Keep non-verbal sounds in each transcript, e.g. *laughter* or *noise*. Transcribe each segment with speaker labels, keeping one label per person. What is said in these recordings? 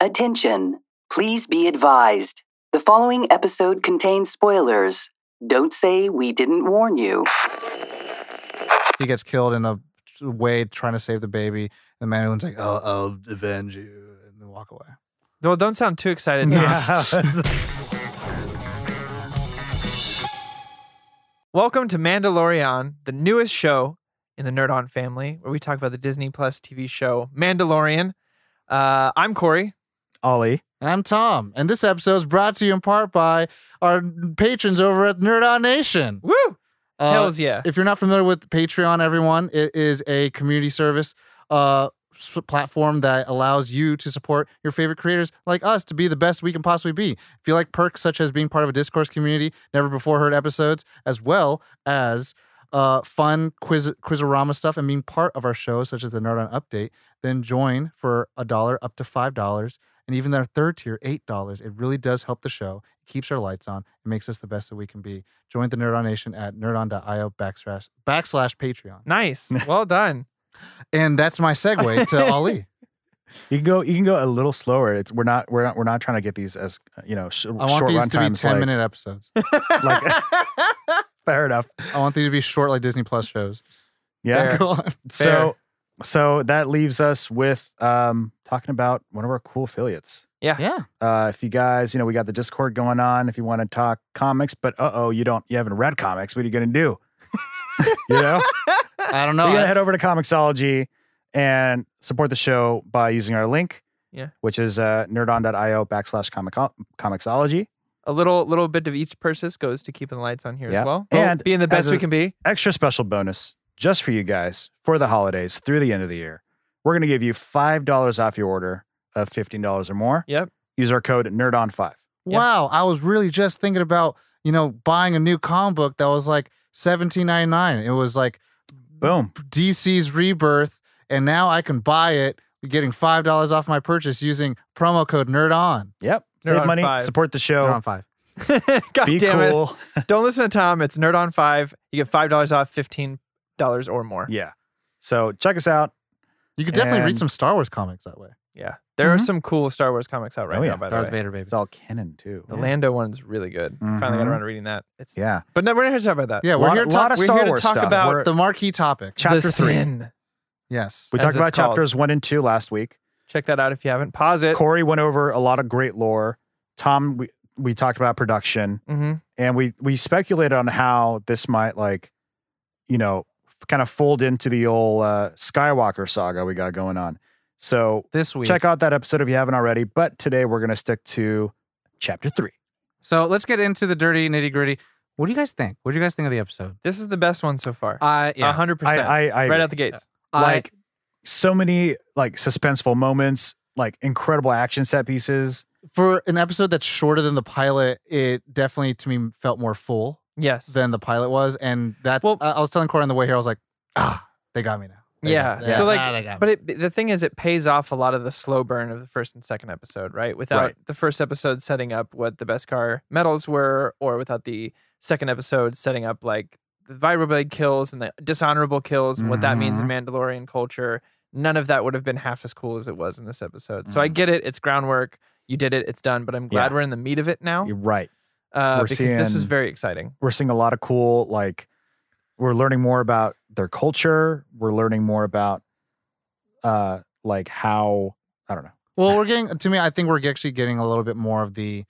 Speaker 1: Attention! Please be advised. The following episode contains spoilers. Don't say we didn't warn you.
Speaker 2: he gets killed in a way trying to save the baby. The man who's like, "I'll, I'll avenge you," and then walk away.
Speaker 3: Well, don't sound too *laughs* excited. Tom. Welcome to Mandalorian, the newest show in the Nerd On family, where we talk about the Disney Plus TV show Mandalorian. Uh, I'm Corey.
Speaker 4: Ollie.
Speaker 2: and I'm Tom, and this episode is brought to you in part by our patrons over at Nerd On Nation.
Speaker 3: Woo!
Speaker 2: Uh, *laughs*
Speaker 3: Hells yeah.
Speaker 2: If you're not familiar with Patreon, everyone, it is a community service uh, s- platform that allows you to support your favorite creators like us to be the best we can possibly be. If you like perks such as being part of a discourse community, never before heard episodes, as well as uh, fun quiz quizorama stuff and being part of our show, such as the Nerd on Update, then join for a dollar up to five dollars. And even our third tier, eight dollars. It really does help the show. It keeps our lights on. It makes us the best that we can be. Join the Nerd On Nation at nerdon.io backslash backslash Patreon.
Speaker 3: Nice. Well done.
Speaker 2: And that's my
Speaker 4: *laughs*
Speaker 2: segue to Ali.
Speaker 4: You can go. You can go a little slower. It's, we're not. We're not. We're not trying to get these as you know sh-
Speaker 2: I want
Speaker 4: short
Speaker 2: these
Speaker 4: run
Speaker 2: to be
Speaker 4: times.
Speaker 2: ten
Speaker 4: like-
Speaker 2: minute episodes.
Speaker 4: Like, *laughs*
Speaker 2: *laughs*
Speaker 4: fair enough.
Speaker 2: I want these to be short like Disney Plus shows.
Speaker 4: Yeah.
Speaker 2: *laughs*
Speaker 3: Fair.
Speaker 2: Go
Speaker 4: *laughs*
Speaker 2: on.
Speaker 3: Fair.
Speaker 4: So, so that leaves us with um, talking about one of our cool affiliates.
Speaker 3: yeah.
Speaker 2: Yeah.
Speaker 4: Uh, if you guys, you know, we got the Discord going on. If you want to talk comics, but uh oh, you don't, you haven't read comics. What are you gonna do? *laughs*
Speaker 2: *laughs*
Speaker 4: you know,
Speaker 2: I don't know.
Speaker 4: you gotta
Speaker 2: Oh, I,
Speaker 4: head over to Comixology and support the show by using our link.
Speaker 3: Yeah.
Speaker 4: Which is uh, nerdon.io backslash comic comicsology.
Speaker 3: A little little bit of each purchase goes to keeping the lights on here
Speaker 4: Yeah.
Speaker 3: as well.
Speaker 4: And
Speaker 3: being the best
Speaker 4: as a-
Speaker 3: we can be.
Speaker 4: Extra special bonus just for you guys for the holidays through the end of the year. We're gonna give you five dollars off your order of fifteen dollars or more.
Speaker 3: Yep.
Speaker 4: Use our code nerdon five.
Speaker 3: Yeah.
Speaker 2: Wow. I was really just thinking about, you know, buying a new comic book that was like seventeen ninety nine. It was like
Speaker 4: Boom.
Speaker 2: DC's rebirth, and now I can buy it getting five dollars off my purchase using promo code Nerd On.
Speaker 4: Yep.
Speaker 3: Nerd
Speaker 4: Save
Speaker 3: on
Speaker 4: money.
Speaker 3: five.
Speaker 4: Support the
Speaker 3: Oh,
Speaker 2: Nerd
Speaker 4: show.
Speaker 2: on five.
Speaker 3: *laughs*
Speaker 2: *laughs*
Speaker 3: God
Speaker 4: Be
Speaker 3: damn
Speaker 4: cool.
Speaker 3: it. Don't listen to Tom. It's Nerd on Five. You get five dollars off, fifteen dollars or more.
Speaker 4: Yeah. So check us out.
Speaker 2: You could definitely read
Speaker 4: And-
Speaker 2: some Star Wars comics that way.
Speaker 3: Yeah. There are
Speaker 4: Mhm.
Speaker 3: some cool Star Wars comics out right
Speaker 4: Oh, yeah.
Speaker 3: now, by the
Speaker 2: Darth
Speaker 3: way.
Speaker 2: Vader, baby.
Speaker 4: It's all canon too.
Speaker 3: The Lando one's really good. Finally got
Speaker 4: Mhm.
Speaker 3: around to reading that. It's
Speaker 4: Yeah.
Speaker 3: but no, we're not here to talk about that.
Speaker 2: Yeah, we're
Speaker 4: Lot-
Speaker 2: here to
Speaker 4: lot
Speaker 2: talk,
Speaker 4: of
Speaker 2: we're
Speaker 4: Star
Speaker 2: here to
Speaker 4: Wars
Speaker 2: talk
Speaker 4: stuff.
Speaker 2: about
Speaker 4: We're-
Speaker 2: the marquee topic.
Speaker 4: Chapter
Speaker 3: the
Speaker 4: three.
Speaker 3: Sin.
Speaker 2: Yes.
Speaker 4: We
Speaker 3: as
Speaker 4: talked
Speaker 3: it's
Speaker 4: about
Speaker 3: called.
Speaker 4: chapters one and two last week.
Speaker 3: Check that out if you haven't. Pause it.
Speaker 4: Corey went over a lot of great lore. Tom, we, we talked about production
Speaker 3: hmm
Speaker 4: and we we speculated on how this might like, you know, kind of fold into the old uh, Skywalker saga we got going on. So
Speaker 2: This week.
Speaker 4: check out that episode if you haven't already. But today we're gonna stick to chapter three.
Speaker 2: So let's get into the dirty nitty gritty. What do you guys think? What do you guys think of the episode?
Speaker 3: This is the best one so far.
Speaker 2: Uh, I
Speaker 3: A hundred
Speaker 4: I
Speaker 3: percent.
Speaker 4: I, I
Speaker 3: Right out the gates.
Speaker 2: I-
Speaker 4: like so many like suspenseful moments, like incredible action set pieces.
Speaker 2: for an episode that's shorter than the pilot, it definitely to me felt more full
Speaker 3: Yes.
Speaker 2: than the pilot was, and that's.
Speaker 3: Well-
Speaker 2: I I was telling Corey on the way here. I was like, ah, they got me now. They
Speaker 3: yeah.
Speaker 2: got- they
Speaker 3: So
Speaker 2: got-
Speaker 3: like,
Speaker 2: ah, they got me.
Speaker 3: but it, the thing is, it pays off a lot of the slow burn of the first and second episode, right? Without
Speaker 4: Right.
Speaker 3: the first episode setting up what the Beskar medals were, or without the second episode setting up like the Vibroblade kills and the dishonorable kills and what that means in
Speaker 4: Mm-hmm.
Speaker 3: Mandalorian culture. None of that would have been half as cool as it was in this episode. So I
Speaker 4: Mhm.
Speaker 3: get it. It's groundwork. You did it. It's done. But I'm glad
Speaker 4: Yeah.
Speaker 3: we're in the meat of it now.
Speaker 4: You're right.
Speaker 3: Uh,
Speaker 4: we're
Speaker 3: because this was
Speaker 4: seeing-
Speaker 3: very exciting.
Speaker 4: we're seeing a lot of cool like we're learning more about their culture we're learning more about uh like how i don't know
Speaker 2: Well, we're getting to me. I think we're actually getting a little bit more of the
Speaker 3: This is the way.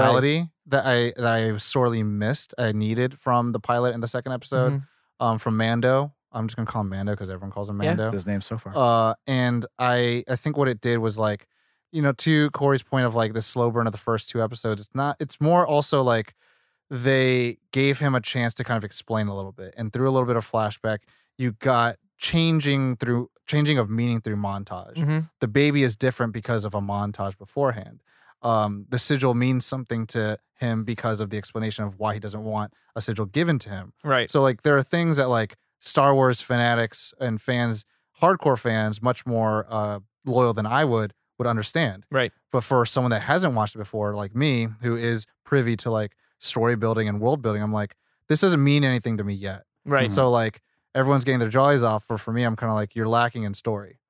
Speaker 2: personality that I that I sorely missed. I needed from the pilot and the second episode.
Speaker 4: Mm-hmm.
Speaker 3: Mhm.
Speaker 2: Um, from Mando. I'm just gonna call him Mando because everyone calls him
Speaker 3: Yeah.
Speaker 2: Mando.
Speaker 4: that's his name so far
Speaker 2: Uh, and I I think what it did was like, you know, to Corey's point of like the slow burn of the first two episodes. It's not. It's more also like they gave him a chance to kind of explain a little bit, and through a little bit of flashback, you got changing through changing of meaning through montage
Speaker 3: Mhm.
Speaker 2: the baby is different because of a montage beforehand. Um, the sigil means something to him because of the explanation of why he doesn't want a sigil given to him.
Speaker 3: Right.
Speaker 2: So like there are things that like Star Wars fanatics and fans, hardcore fans, much more uh, loyal than I would would understand.
Speaker 3: Right.
Speaker 2: But for someone that hasn't watched it before, like me, who is privy to like story building and world building, I'm like, this doesn't mean anything to me yet.
Speaker 3: Right.
Speaker 4: Mhm.
Speaker 2: So like everyone's getting their jollies off. For for me, I'm kind of like you're lacking in story.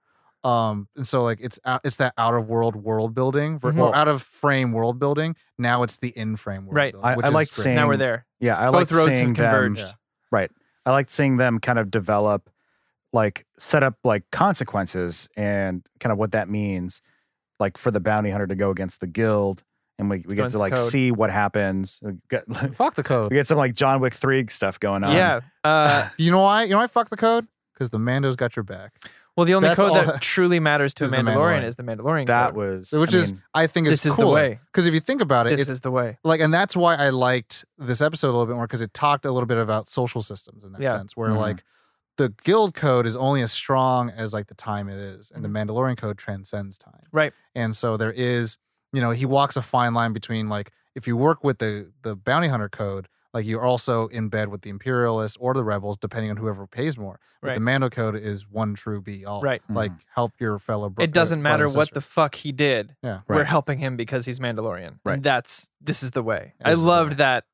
Speaker 2: Um, and so like it's out, it's that out of world world building ver-
Speaker 3: Mhm.
Speaker 2: or out of frame world building. Now it's the in frame world
Speaker 3: Right.
Speaker 2: building,
Speaker 4: I-
Speaker 2: which
Speaker 4: I
Speaker 2: is
Speaker 4: liked
Speaker 2: great.
Speaker 4: saying-
Speaker 3: now we're
Speaker 4: And-
Speaker 3: there.
Speaker 4: Yeah, I
Speaker 3: Both
Speaker 4: liked
Speaker 3: roads
Speaker 4: seeing
Speaker 3: have
Speaker 4: them.
Speaker 3: converged.
Speaker 2: Yeah.
Speaker 4: I liked seeing them kind of develop, like set up like consequences and kind of what that means, like for the bounty hunter to go against the guild, and we, we get
Speaker 3: Against
Speaker 4: to
Speaker 3: the
Speaker 4: like
Speaker 3: code.
Speaker 4: see what happens. We get, *laughs* we
Speaker 2: Fuck the code.
Speaker 4: get some like John Wick three stuff going on.
Speaker 3: Yeah.
Speaker 2: *laughs*
Speaker 3: Uh,
Speaker 2: You know why? You know why? Fuck the code because the Mando's got your back,
Speaker 3: well, the only
Speaker 2: That's
Speaker 3: code
Speaker 2: all- *laughs*
Speaker 3: that truly matters to a
Speaker 2: is the
Speaker 3: Mandalorian
Speaker 2: Mandalorian.
Speaker 3: is the Mandalorian
Speaker 4: that
Speaker 3: code.
Speaker 4: was
Speaker 2: which
Speaker 4: I
Speaker 2: is
Speaker 4: mean,
Speaker 2: I think
Speaker 3: This
Speaker 2: is
Speaker 3: is the way.
Speaker 2: Because if you think about it,
Speaker 3: This
Speaker 2: it's
Speaker 3: is the way.
Speaker 2: like and that's why i liked this episode a little bit more because it talked a little bit about social systems in that
Speaker 3: Yeah. Mm-hmm.
Speaker 2: sense where
Speaker 4: Mhm.
Speaker 2: like the guild code is only as strong as like the time it is and
Speaker 3: Mm-hmm.
Speaker 2: the mandalorian code transcends time
Speaker 3: Right.
Speaker 2: and so there is you know he walks a fine line between like if you work with the the bounty hunter code like you're also in bed with the imperialists or the rebels depending on whoever pays more but the
Speaker 3: Right.
Speaker 2: mando code is one true be all
Speaker 3: Right.
Speaker 4: Mm-hmm.
Speaker 2: like help your fellow bro- uh,
Speaker 3: It doesn't
Speaker 2: brother
Speaker 3: matter
Speaker 2: and
Speaker 3: what
Speaker 2: sister.
Speaker 3: the fuck he did.
Speaker 2: yeah
Speaker 4: Right.
Speaker 3: We're helping him because he's Mandalorian. And
Speaker 4: Right.
Speaker 3: that's this is the way.
Speaker 2: This
Speaker 3: I
Speaker 2: is the
Speaker 3: loved
Speaker 2: way.
Speaker 3: that.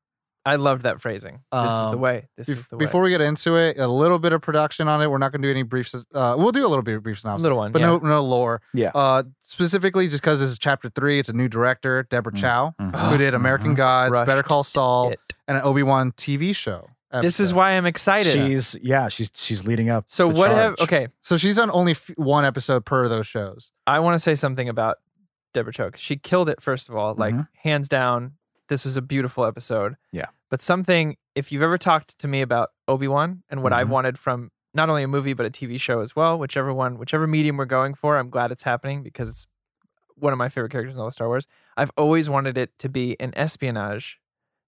Speaker 3: I loved that phrasing. This is the
Speaker 2: Um,
Speaker 3: way. This
Speaker 2: Bef-
Speaker 3: is the way.
Speaker 2: before we get into it, a little bit of production on it. We're not going to do any briefs. Uh, we'll do a little bit of brief synopsis,
Speaker 3: little one,
Speaker 2: but
Speaker 3: yeah.
Speaker 2: no, no lore.
Speaker 4: Yeah.
Speaker 2: Uh, specifically, just because this is chapter three, it's a new director, Deborah
Speaker 4: Mm.
Speaker 2: Chow,
Speaker 4: Mhm.
Speaker 2: who
Speaker 4: *gasps*
Speaker 2: did American
Speaker 4: Mhm.
Speaker 2: Gods, Better
Speaker 3: Crushed
Speaker 2: Call Saul,
Speaker 3: It.
Speaker 2: and an Obi Wan TV show.
Speaker 3: This is
Speaker 2: episode.
Speaker 3: why I'm excited.
Speaker 4: she's yeah she's she's leading up.
Speaker 3: so
Speaker 4: the
Speaker 3: what have
Speaker 4: charge.
Speaker 3: okay?
Speaker 2: So she's on only f- one episode per those shows.
Speaker 3: I want to say something about Deborah Choke. She killed it, first of all, like
Speaker 4: Mhm.
Speaker 3: hands down. This was a beautiful episode.
Speaker 4: Yeah.
Speaker 3: But something, if you've ever talked to me about Obi Wan and what I've
Speaker 4: Mhm.
Speaker 3: wanted from not only a movie but a TV show as well, whichever one, whichever medium we're going for, I'm glad it's happening because it's one of my favorite characters in all of Star Wars. I've always wanted it to be an espionage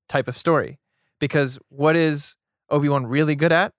Speaker 3: type of story because what is Obi Wan really good at?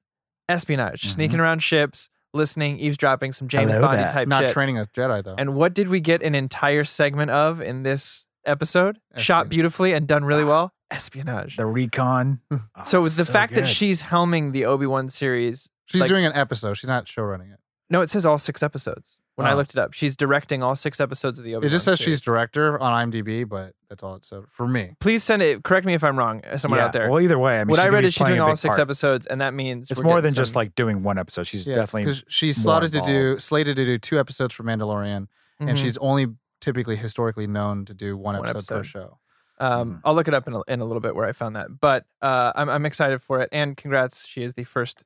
Speaker 3: Espionage,
Speaker 4: Mhm.
Speaker 3: sneaking around ships, listening, eavesdropping, some James
Speaker 4: Hello
Speaker 3: Bond
Speaker 4: there.
Speaker 3: type
Speaker 2: Not
Speaker 3: shit.
Speaker 2: training a Jedi though.
Speaker 3: And what did we get an entire segment of in this episode? Shot
Speaker 2: Espionage.
Speaker 3: beautifully and done
Speaker 4: Ah.
Speaker 3: really well. Espionage.
Speaker 4: the recon. Oh,
Speaker 3: Mm-hmm. so the
Speaker 4: it's
Speaker 3: fact that
Speaker 4: good.
Speaker 3: she's helming the Obi Wan series,
Speaker 2: she's
Speaker 3: like-
Speaker 2: doing an episode. She's not show running it.
Speaker 3: no, it says all six episodes. When I
Speaker 2: Oh.
Speaker 3: looked it up, she's directing all six episodes of the Obi Wan.
Speaker 2: It just says she's director on IMDb, but that's all it said for me.
Speaker 3: Please send it. Correct me if I'm wrong. uh, Someone
Speaker 4: Yeah,
Speaker 3: out there.
Speaker 4: Well, either way, I mean,
Speaker 3: what
Speaker 4: she's
Speaker 3: I
Speaker 4: gonna
Speaker 3: read
Speaker 4: be
Speaker 3: is she's
Speaker 4: playing a
Speaker 3: doing all
Speaker 4: big
Speaker 3: six
Speaker 4: part.
Speaker 3: episodes, and that means
Speaker 4: It's
Speaker 3: we're
Speaker 4: more
Speaker 3: getting
Speaker 4: than just
Speaker 3: some-
Speaker 4: like doing one episode. She's
Speaker 2: Yeah,
Speaker 4: definitely
Speaker 2: 'cause she's
Speaker 4: more
Speaker 2: slotted to do
Speaker 4: involved. Mm-hmm.
Speaker 2: slated to do two episodes for Mandalorian. and
Speaker 3: Mhm.
Speaker 2: she's only typically historically known to do one,
Speaker 3: One
Speaker 2: episode, per
Speaker 3: episode.
Speaker 2: show.
Speaker 3: Um,
Speaker 4: Mhm.
Speaker 3: I'll look it up in a, in a little bit where I found that, but uh, I'm I'm excited for it. And congrats, she is the first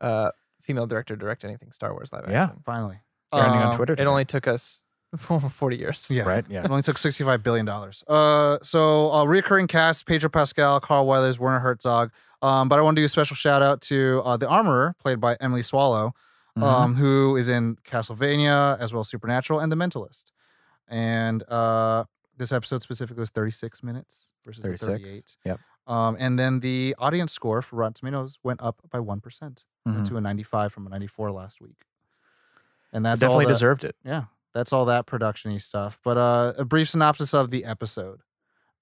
Speaker 3: uh, female director to direct anything Star Wars live
Speaker 4: Yeah.
Speaker 3: action.
Speaker 2: Finally,
Speaker 4: trending
Speaker 2: Um,
Speaker 4: on Twitter.
Speaker 3: It
Speaker 4: today,
Speaker 3: only took us *laughs* 40 years.
Speaker 2: Yeah,
Speaker 4: right? Yeah.
Speaker 2: *laughs* It only took sixty-five billion dollars. Uh, so uh, reoccurring cast: Pedro Pascal, Carl Weathers, Werner Herzog. Um, but I want to do a special shout out to uh, the Armorer, played by Emily Swallow,
Speaker 4: Mhm.
Speaker 2: um, who is in Castlevania as well as Supernatural and The Mentalist. And uh, this episode specifically was thirty-six minutes versus the
Speaker 4: 36,
Speaker 2: thirty-eight.
Speaker 4: yep.
Speaker 2: Um, and then the audience score for Rotten Tomatoes went up by one percent.
Speaker 4: Mhm.
Speaker 2: to a 95 from a 94 last week. And
Speaker 4: It
Speaker 2: that's
Speaker 4: definitely
Speaker 2: all the-
Speaker 4: deserved it.
Speaker 2: Yeah, that's all that production-y stuff. But uh, a brief synopsis of the episode.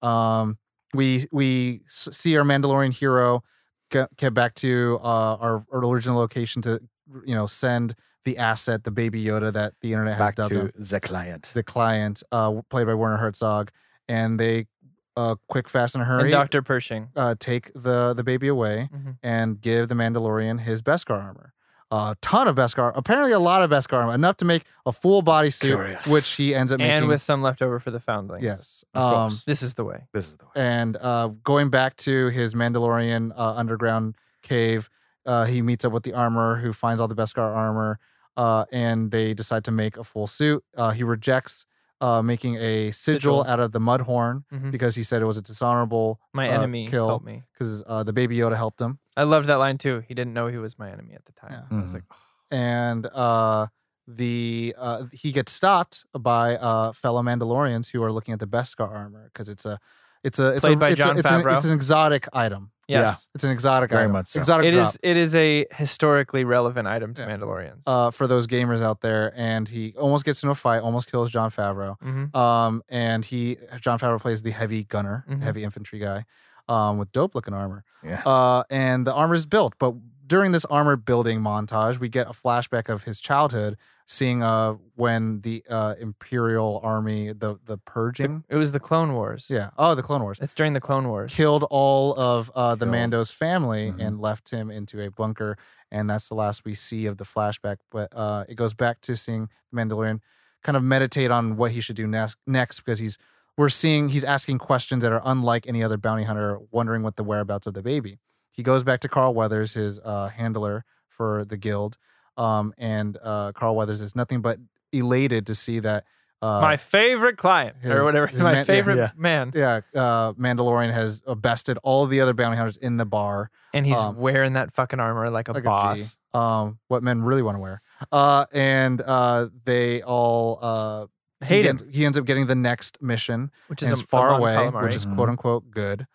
Speaker 2: Um, we we s- see our Mandalorian hero get, get back to uh, our, our original location to you know send the asset, the baby Yoda that the internet has
Speaker 4: Back
Speaker 2: dubbed him
Speaker 4: to the client.
Speaker 2: the client, uh, played by Werner Herzog, and they uh, quick, fast, and
Speaker 3: And
Speaker 2: hurry
Speaker 3: Dr. Pershing.
Speaker 2: uh, take the the baby away
Speaker 3: Mhm.
Speaker 2: and give the Mandalorian his Beskar armor. A ton of Beskar, apparently a lot of Beskar armor, enough to make a full body suit,
Speaker 4: Curious.
Speaker 2: which he ends up making.
Speaker 3: And with some left over for the foundlings.
Speaker 2: yes,
Speaker 4: Of
Speaker 2: um,
Speaker 4: course.
Speaker 3: This is the way.
Speaker 4: This is the way.
Speaker 2: and uh, going back to his Mandalorian uh, underground cave, uh, he meets up with the armor who finds all the Beskar armor, uh, and they decide to make a full suit. Uh, he rejects uh, making a sigil,
Speaker 3: Sigil.
Speaker 2: out of the mud horn
Speaker 3: Mhm.
Speaker 2: because he said it was a dishonorable
Speaker 3: My
Speaker 2: uh,
Speaker 3: enemy
Speaker 2: kill
Speaker 3: helped me.
Speaker 2: because uh, the baby Yoda helped him.
Speaker 3: I loved that line too. He didn't know he was my enemy at the time.
Speaker 2: Yeah.
Speaker 3: I was
Speaker 4: Mhm.
Speaker 3: like,
Speaker 2: and uh, the uh, he gets stopped by uh, fellow Mandalorians who are looking at the Beskar armor because it's a it's a it's
Speaker 3: Played
Speaker 2: a,
Speaker 3: by
Speaker 2: it's,
Speaker 3: Jon
Speaker 2: a, it's, an,
Speaker 3: Favreau.
Speaker 2: it's an exotic item.
Speaker 4: Yeah.
Speaker 3: yes.
Speaker 2: It's an exotic
Speaker 4: Very
Speaker 2: item.
Speaker 4: much so.
Speaker 2: Exotic
Speaker 3: It
Speaker 2: drop,
Speaker 3: is it is a historically relevant item to
Speaker 2: Yeah.
Speaker 3: Mandalorians.
Speaker 2: uh, for those gamers out there, and he almost gets into a fight, almost kills John Favreau.
Speaker 3: Mhm.
Speaker 2: Um, and he John Favreau plays the heavy gunner,
Speaker 3: Mhm.
Speaker 2: heavy infantry guy, um, with dope looking armor.
Speaker 3: Mm-hmm.
Speaker 4: Yeah.
Speaker 2: Uh, and the armor is built. But during this armor building montage, we get a flashback of his childhood, seeing uh when the uh Imperial Army, the the purging,
Speaker 3: It was the Clone Wars.
Speaker 2: yeah, oh the Clone Wars,
Speaker 3: It's during the Clone Wars.
Speaker 2: killed all of uh the
Speaker 4: Killed.
Speaker 2: Mando's family
Speaker 4: Mhm.
Speaker 2: and left him into a bunker. and that's the last we see of the flashback. But uh, it goes back to seeing the Mandalorian kind of meditate on what he should do next, next because he's we're seeing he's asking questions that are unlike any other bounty hunter, wondering what the whereabouts of the baby. He goes back to Carl Weathers, his uh, handler for the guild, um, and uh, Carl Weathers is nothing but elated to see that. Uh,
Speaker 3: my favorite client
Speaker 2: his-
Speaker 3: or whatever.
Speaker 2: his
Speaker 3: my
Speaker 2: man- yeah.
Speaker 3: favorite
Speaker 4: Yeah.
Speaker 3: man,
Speaker 2: yeah, uh, Mandalorian has uh, bested all the other bounty hunters in the bar.
Speaker 3: and he's
Speaker 2: Um,
Speaker 3: wearing that fucking armor like a
Speaker 2: like a G,
Speaker 3: boss.
Speaker 2: um, what men really want to wear. Uh, and uh, they all uh, he
Speaker 3: Hate him,
Speaker 2: ends- He ends up getting the next mission,
Speaker 3: which
Speaker 2: which is
Speaker 3: is a,
Speaker 2: far
Speaker 3: among
Speaker 2: away,
Speaker 3: Calamari, Mm-hmm.
Speaker 2: which is
Speaker 4: Mhm.
Speaker 2: quote unquote good.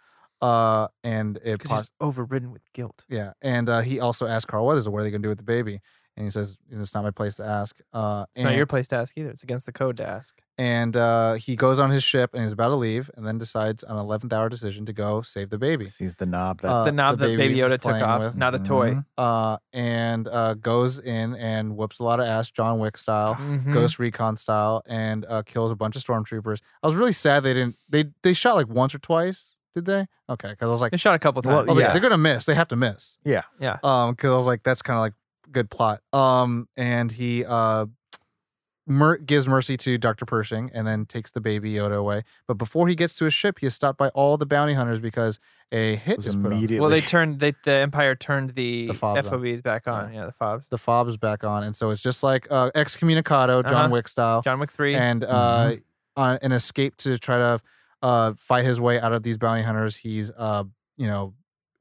Speaker 2: Uh, and it
Speaker 3: 'cause
Speaker 2: pos-
Speaker 3: he's overridden with guilt.
Speaker 2: yeah, and uh, he also asked Carl Weathers, "What are they going to do with the baby?" And he says, "It's not my place to ask." Uh,
Speaker 3: It's
Speaker 2: and,
Speaker 3: not your place to ask either. It's against the code to ask.
Speaker 2: and uh, he goes on his ship and is about to leave, and then decides on an eleventh hour decision to go save the baby.
Speaker 4: He's the knob that
Speaker 2: Uh,
Speaker 3: the knob
Speaker 2: the
Speaker 3: that
Speaker 2: baby
Speaker 3: Baby
Speaker 2: was
Speaker 3: Yoda took
Speaker 2: playing
Speaker 3: off,
Speaker 2: with.
Speaker 3: not a toy.
Speaker 4: Mhm.
Speaker 2: Uh, and uh, goes in and whoops a lot of ass, John Wick style.
Speaker 3: Mhm.
Speaker 2: Oh, Ghost Recon style, and uh, kills a bunch of stormtroopers. I was really sad they didn't. They they shot like once or twice, did they? Okay, because I was like,
Speaker 3: They shot a couple times.
Speaker 4: Well,
Speaker 2: I was like,
Speaker 4: yeah.
Speaker 2: they're gonna miss. They have to miss.
Speaker 4: Yeah.
Speaker 3: Yeah.
Speaker 2: Um, because I was like, that's kind of like good plot. Um, and he uh, mer- gives mercy to Doctor Pershing, and then takes the baby Yoda away. But before he gets to his ship, he is stopped by all the bounty hunters because a hit
Speaker 4: was
Speaker 2: is put on. him.
Speaker 4: immediately.
Speaker 3: Well, they
Speaker 4: *laughs*
Speaker 3: turned they, the Empire turned the,
Speaker 2: The fobs on.
Speaker 3: FOBs back on. Yeah. the fobs.
Speaker 2: The fob's back on, and so it's just like uh, excommunicado, John
Speaker 3: Uh-huh.
Speaker 2: Wick style.
Speaker 3: John Wick three.
Speaker 2: and uh,
Speaker 3: Mm-hmm.
Speaker 2: on an escape to try to uh, fight his way out of these bounty hunters. He's uh, you know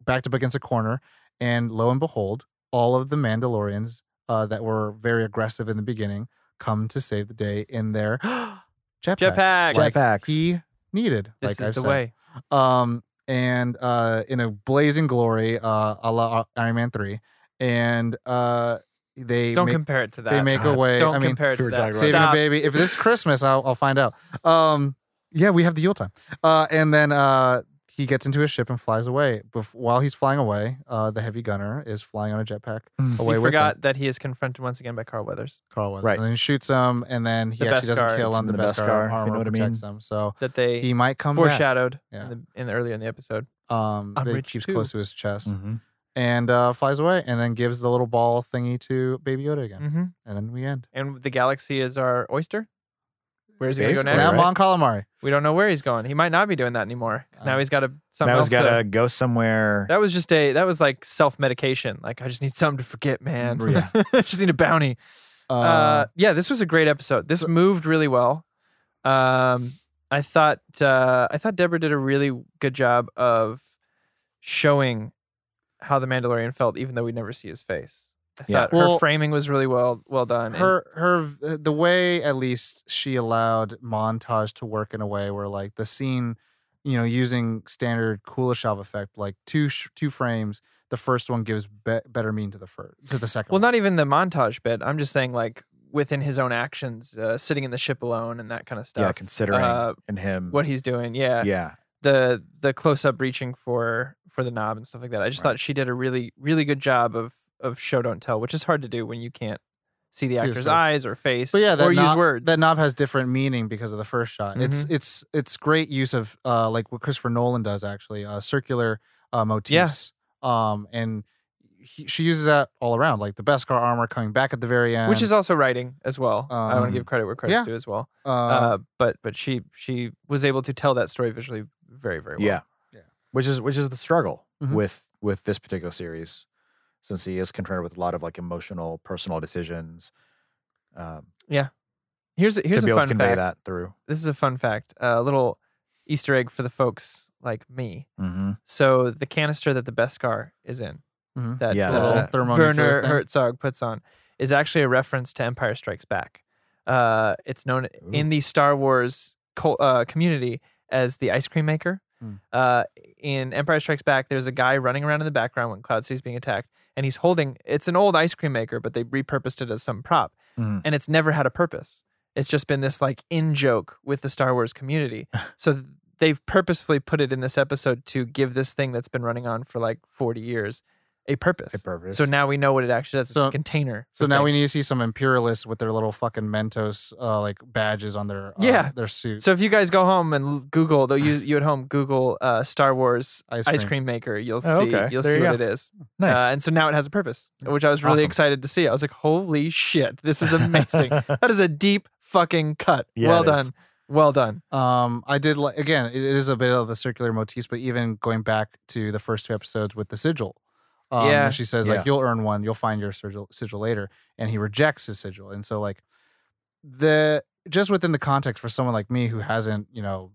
Speaker 2: backed up against a corner, and lo and behold, all of the Mandalorians uh, that were very aggressive in the beginning come to save the day in their *gasps* jetpacks,
Speaker 3: Jetpacks.
Speaker 2: like
Speaker 4: Jetpacks.
Speaker 2: he needed. like
Speaker 3: this is
Speaker 2: I've
Speaker 3: the
Speaker 2: said.
Speaker 3: way.
Speaker 2: Um, and uh, in a blazing glory, uh, a la Iron Man three, and uh, they
Speaker 3: Don't
Speaker 2: make,
Speaker 3: compare it to that.
Speaker 2: they make a
Speaker 4: God,
Speaker 2: way.
Speaker 3: Don't
Speaker 2: I mean,
Speaker 3: compare it to
Speaker 4: you were
Speaker 3: that.
Speaker 4: digressing.
Speaker 2: Saving a
Speaker 3: Stop.
Speaker 2: baby. If this Christmas, I'll, I'll find out. Um, yeah, we have the Yule time. Uh, and then uh, he gets into his ship and flies away. Bef- while he's flying away, uh, the heavy gunner is flying on a jetpack
Speaker 4: Mm.
Speaker 2: away with
Speaker 3: he
Speaker 2: him,
Speaker 3: forgot that he is confronted once again by Carl Weathers.
Speaker 2: Carl Weathers.
Speaker 4: Right.
Speaker 2: And then he shoots him, and then he
Speaker 3: The
Speaker 2: actually doesn't
Speaker 3: Beskar.
Speaker 2: kill
Speaker 4: It's
Speaker 2: him. The
Speaker 4: the
Speaker 2: best
Speaker 4: Beskar, if
Speaker 2: car
Speaker 4: you
Speaker 2: armor
Speaker 4: know what I
Speaker 2: protects him, so
Speaker 3: That they
Speaker 2: he might come back.
Speaker 3: foreshadowed
Speaker 2: Yeah.
Speaker 3: in, the, in the earlier in the episode.
Speaker 2: Um,
Speaker 3: I'm
Speaker 2: that he
Speaker 3: rich
Speaker 2: keeps
Speaker 3: too.
Speaker 2: close to his chest
Speaker 3: Mm-hmm.
Speaker 4: Mhm.
Speaker 2: and uh, flies away, and then gives the little ball thingy to Baby Yoda again,
Speaker 3: hmm
Speaker 2: and then we end.
Speaker 3: And the galaxy is our oyster. Where's he gonna go
Speaker 4: Basically,
Speaker 2: Now
Speaker 3: next?
Speaker 4: right?
Speaker 2: Mon Calamari.
Speaker 3: We don't know where he's going. He might not be doing that anymore 'cause
Speaker 2: Uh,
Speaker 3: now he's got a something
Speaker 4: Now
Speaker 3: else.
Speaker 4: he's got
Speaker 3: to-
Speaker 4: to go somewhere.
Speaker 3: that was just a that was like self medication. Like I just need something to forget, man.
Speaker 2: Yeah.
Speaker 3: *laughs* I just need a bounty.
Speaker 2: Uh,
Speaker 3: uh, yeah, this was a great episode. This moved really well. Um, I thought uh, I thought Deborah did a really good job of showing how the Mandalorian felt, even though we never see his face. I
Speaker 4: Yeah.
Speaker 3: thought
Speaker 2: Well-
Speaker 3: her framing was really well well done. and-
Speaker 2: her her v- the way at least she allowed montage to work in a way where like the scene you know using standard kuleshov effect like two sh- two frames the first one gives be- better meaning to the first to the second
Speaker 3: well,
Speaker 2: one.
Speaker 3: not even the montage bit. I'm just saying, like within his own actions, uh, sitting in the ship alone and that kind of stuff.
Speaker 4: Yeah, considering
Speaker 3: uh,
Speaker 4: and him.
Speaker 3: what he's doing. Yeah,
Speaker 4: yeah.
Speaker 3: the the close up reaching for for the knob and stuff like that. I just
Speaker 4: Right.
Speaker 3: thought she did a really really good job of of show don't tell, which is hard to do when you can't see the
Speaker 2: his face.
Speaker 3: actor's eyes or face
Speaker 2: but yeah that
Speaker 3: or use
Speaker 2: knob,
Speaker 3: words. Mm-hmm.
Speaker 2: that knob has different meaning because of the first shot it's it's it's great use of uh like what christopher nolan does actually uh circular uh motifs um and he, she uses that all around like the best car armor coming back at the very end
Speaker 3: which is also writing as well. I want
Speaker 2: Um,
Speaker 3: to give credit where credit's
Speaker 2: yeah.
Speaker 3: due as well.
Speaker 2: uh,
Speaker 3: Uh, but but she she was able to tell that story visually very very well. Mm-hmm.
Speaker 4: Yeah.
Speaker 2: Yeah.
Speaker 4: Which is which is the struggle
Speaker 2: Mhm.
Speaker 4: with with this particular series, since he is confronted with a lot of like emotional, personal decisions. Um,
Speaker 3: Here's a- here's
Speaker 4: to be
Speaker 3: a
Speaker 4: able
Speaker 3: fun
Speaker 4: to convey
Speaker 3: fact.
Speaker 4: that through.
Speaker 3: This is a fun fact. A little Easter egg for the folks like me.
Speaker 4: Mm-hmm.
Speaker 3: So the canister that the Beskar is in.
Speaker 2: mhm.
Speaker 3: that
Speaker 4: Mm-hmm. Yeah,
Speaker 3: uh,
Speaker 4: the little
Speaker 2: thermonuclear
Speaker 3: Werner
Speaker 2: thing.
Speaker 3: Herzog puts on is actually a reference to Empire Strikes Back. Uh, it's known in
Speaker 4: Ooh.
Speaker 3: the Star Wars co- uh, community as the ice cream maker.
Speaker 2: Hmm.
Speaker 3: Uh, in Empire Strikes Back, there's a guy running around in the background when Cloud City's being attacked, and he's holding it's an old ice cream maker, but they repurposed it as some prop,
Speaker 4: Mhm.
Speaker 3: and it's never had a purpose. It's just been this like in joke with the Star Wars
Speaker 4: *laughs*
Speaker 3: community. so th- they've purposefully put it in this episode to give this thing that's been running on for like 40 years a purpose.
Speaker 4: A purpose.
Speaker 3: So now we know what it actually does. It's
Speaker 2: So-
Speaker 3: a container.
Speaker 2: So
Speaker 3: for
Speaker 2: now we
Speaker 3: things.
Speaker 2: need to see some imperialists with their little fucking Mentos uh, like badges on their uh,
Speaker 3: Yeah.
Speaker 2: their suit.
Speaker 3: So if you guys go home and l- Google, though you you at home Google uh, Star Wars
Speaker 2: Ice
Speaker 3: ice,
Speaker 2: cream.
Speaker 3: cream. maker, you'll see
Speaker 4: Oh, okay.
Speaker 3: you'll
Speaker 4: There
Speaker 3: see
Speaker 4: you
Speaker 3: what it is.
Speaker 4: nice.
Speaker 3: Uh, and so now it has a purpose, which I was really
Speaker 4: Awesome.
Speaker 3: excited to see. I was like, holy shit, this
Speaker 4: *laughs*
Speaker 3: is amazing.
Speaker 4: Oh,
Speaker 3: that is a deep fucking cut.
Speaker 4: Yeah,
Speaker 3: well
Speaker 4: it is.
Speaker 3: done. Well done.
Speaker 2: Um, I did like again. It is a bit of a circular motif, but even going back to the first two episodes with the sigil, um,
Speaker 3: Yeah.
Speaker 2: when she says
Speaker 4: Yeah.
Speaker 2: like you'll earn one, you'll find your sigil, sigil later, and he rejects his sigil, and so like the just within the context for someone like me who hasn't you know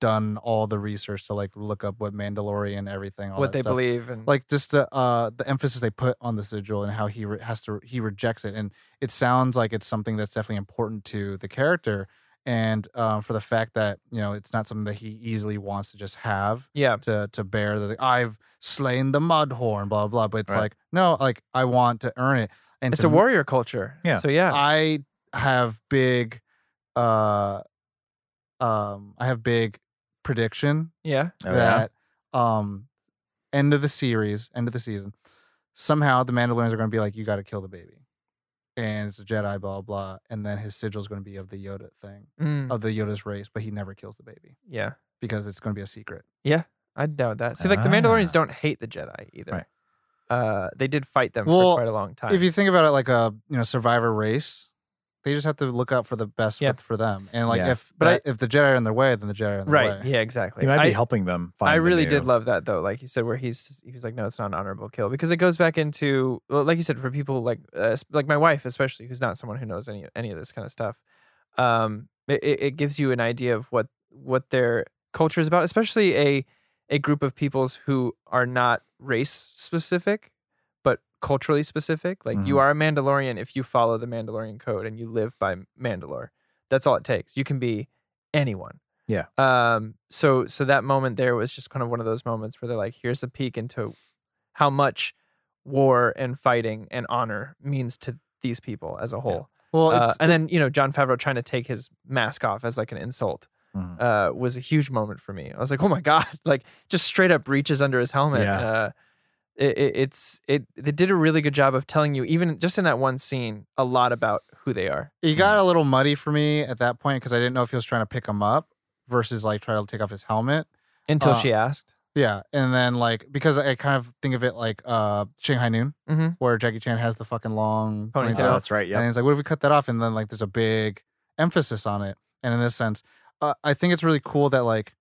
Speaker 2: done all the research to like look up what Mandalorian everything all
Speaker 3: what
Speaker 2: that
Speaker 3: they
Speaker 2: stuff,
Speaker 3: believe and
Speaker 2: like just the uh the emphasis they put on the sigil and how he re- has to he rejects it and it sounds like it's something that's definitely important to the character and um for the fact that you know it's not something that he easily wants to just have
Speaker 3: yeah.
Speaker 2: to to bear that like, I've slain the mudhorn blah blah but it's
Speaker 4: Right.
Speaker 2: like no like I want to earn it and
Speaker 3: It's
Speaker 2: to Ah.
Speaker 3: a
Speaker 2: me-
Speaker 3: warrior culture.
Speaker 4: Yeah.
Speaker 3: So yeah.
Speaker 2: I have big uh um I have big prediction
Speaker 3: yeah.
Speaker 4: Oh, yeah?
Speaker 2: that um end of the series, end of the season, somehow the Mandalorians are going to be like, you got to kill the baby, and it's a Jedi, blah blah, blah. and then his sigil is going to be of the Yoda thing,
Speaker 3: Mm,
Speaker 2: of the Yoda's race, but he never kills the baby
Speaker 3: yeah.
Speaker 2: because it's going to be a secret.
Speaker 3: I doubt that. See, like the
Speaker 4: Ah.
Speaker 3: Mandalorians don't hate the Jedi either. Uh, they did fight them
Speaker 2: Well,
Speaker 3: for quite a long time.
Speaker 2: If you think about it, like a you know survivor race. They just have to look out for the best
Speaker 3: Yeah.
Speaker 2: with- for them, and like
Speaker 4: Yeah.
Speaker 2: if
Speaker 3: But I-
Speaker 2: that- if the Jedi are in their way, then the Jedi are in their
Speaker 3: right?
Speaker 2: way.
Speaker 3: Yeah, exactly.
Speaker 4: he might be
Speaker 3: I-
Speaker 4: helping them. Find
Speaker 3: I
Speaker 4: the
Speaker 3: really did
Speaker 4: new-
Speaker 3: love that though, like you said, where he's he was like, no, it's not an honorable kill because it goes back into, well, like you said, for people like uh, sp- like my wife especially, who's not someone who knows any any of this kind of stuff, um, it, it it gives you an idea of what what their culture is about, especially a a group of peoples who are not race specific, but culturally specific. Like you
Speaker 4: Mhm.
Speaker 3: are a Mandalorian if you follow the Mandalorian code and you live by Mandalore. That's all it takes. You can be anyone um so so that moment there was just kind of one of those moments where they're like here's a peek into how much war and fighting and honor means to these people as a whole
Speaker 2: Well, it's,
Speaker 3: Uh, and then you know john favreau trying to take his mask off as like an insult
Speaker 4: Mhm.
Speaker 3: uh was a huge moment for me i was like oh my god *laughs* like just straight up reaches under his helmet
Speaker 4: Yeah.
Speaker 3: uh it, it, it's it they did a really good job of telling you even just in that one scene a lot about who they are
Speaker 2: He got a little muddy for me at that point because I didn't know if he was trying to pick him up versus like try to take off his helmet.
Speaker 3: until
Speaker 2: Uh,
Speaker 3: she asked
Speaker 2: Yeah, and then like because I kind of think of it like uh Shanghai Noon,
Speaker 3: Mhm.
Speaker 2: where Jackie Chan has the fucking long
Speaker 3: Ponytail.
Speaker 4: Oh, that's right.
Speaker 2: and
Speaker 4: Yeah.
Speaker 2: it's like, what if we cut that off? And then like there's a big emphasis on it. And in this sense, uh, I think it's really cool that like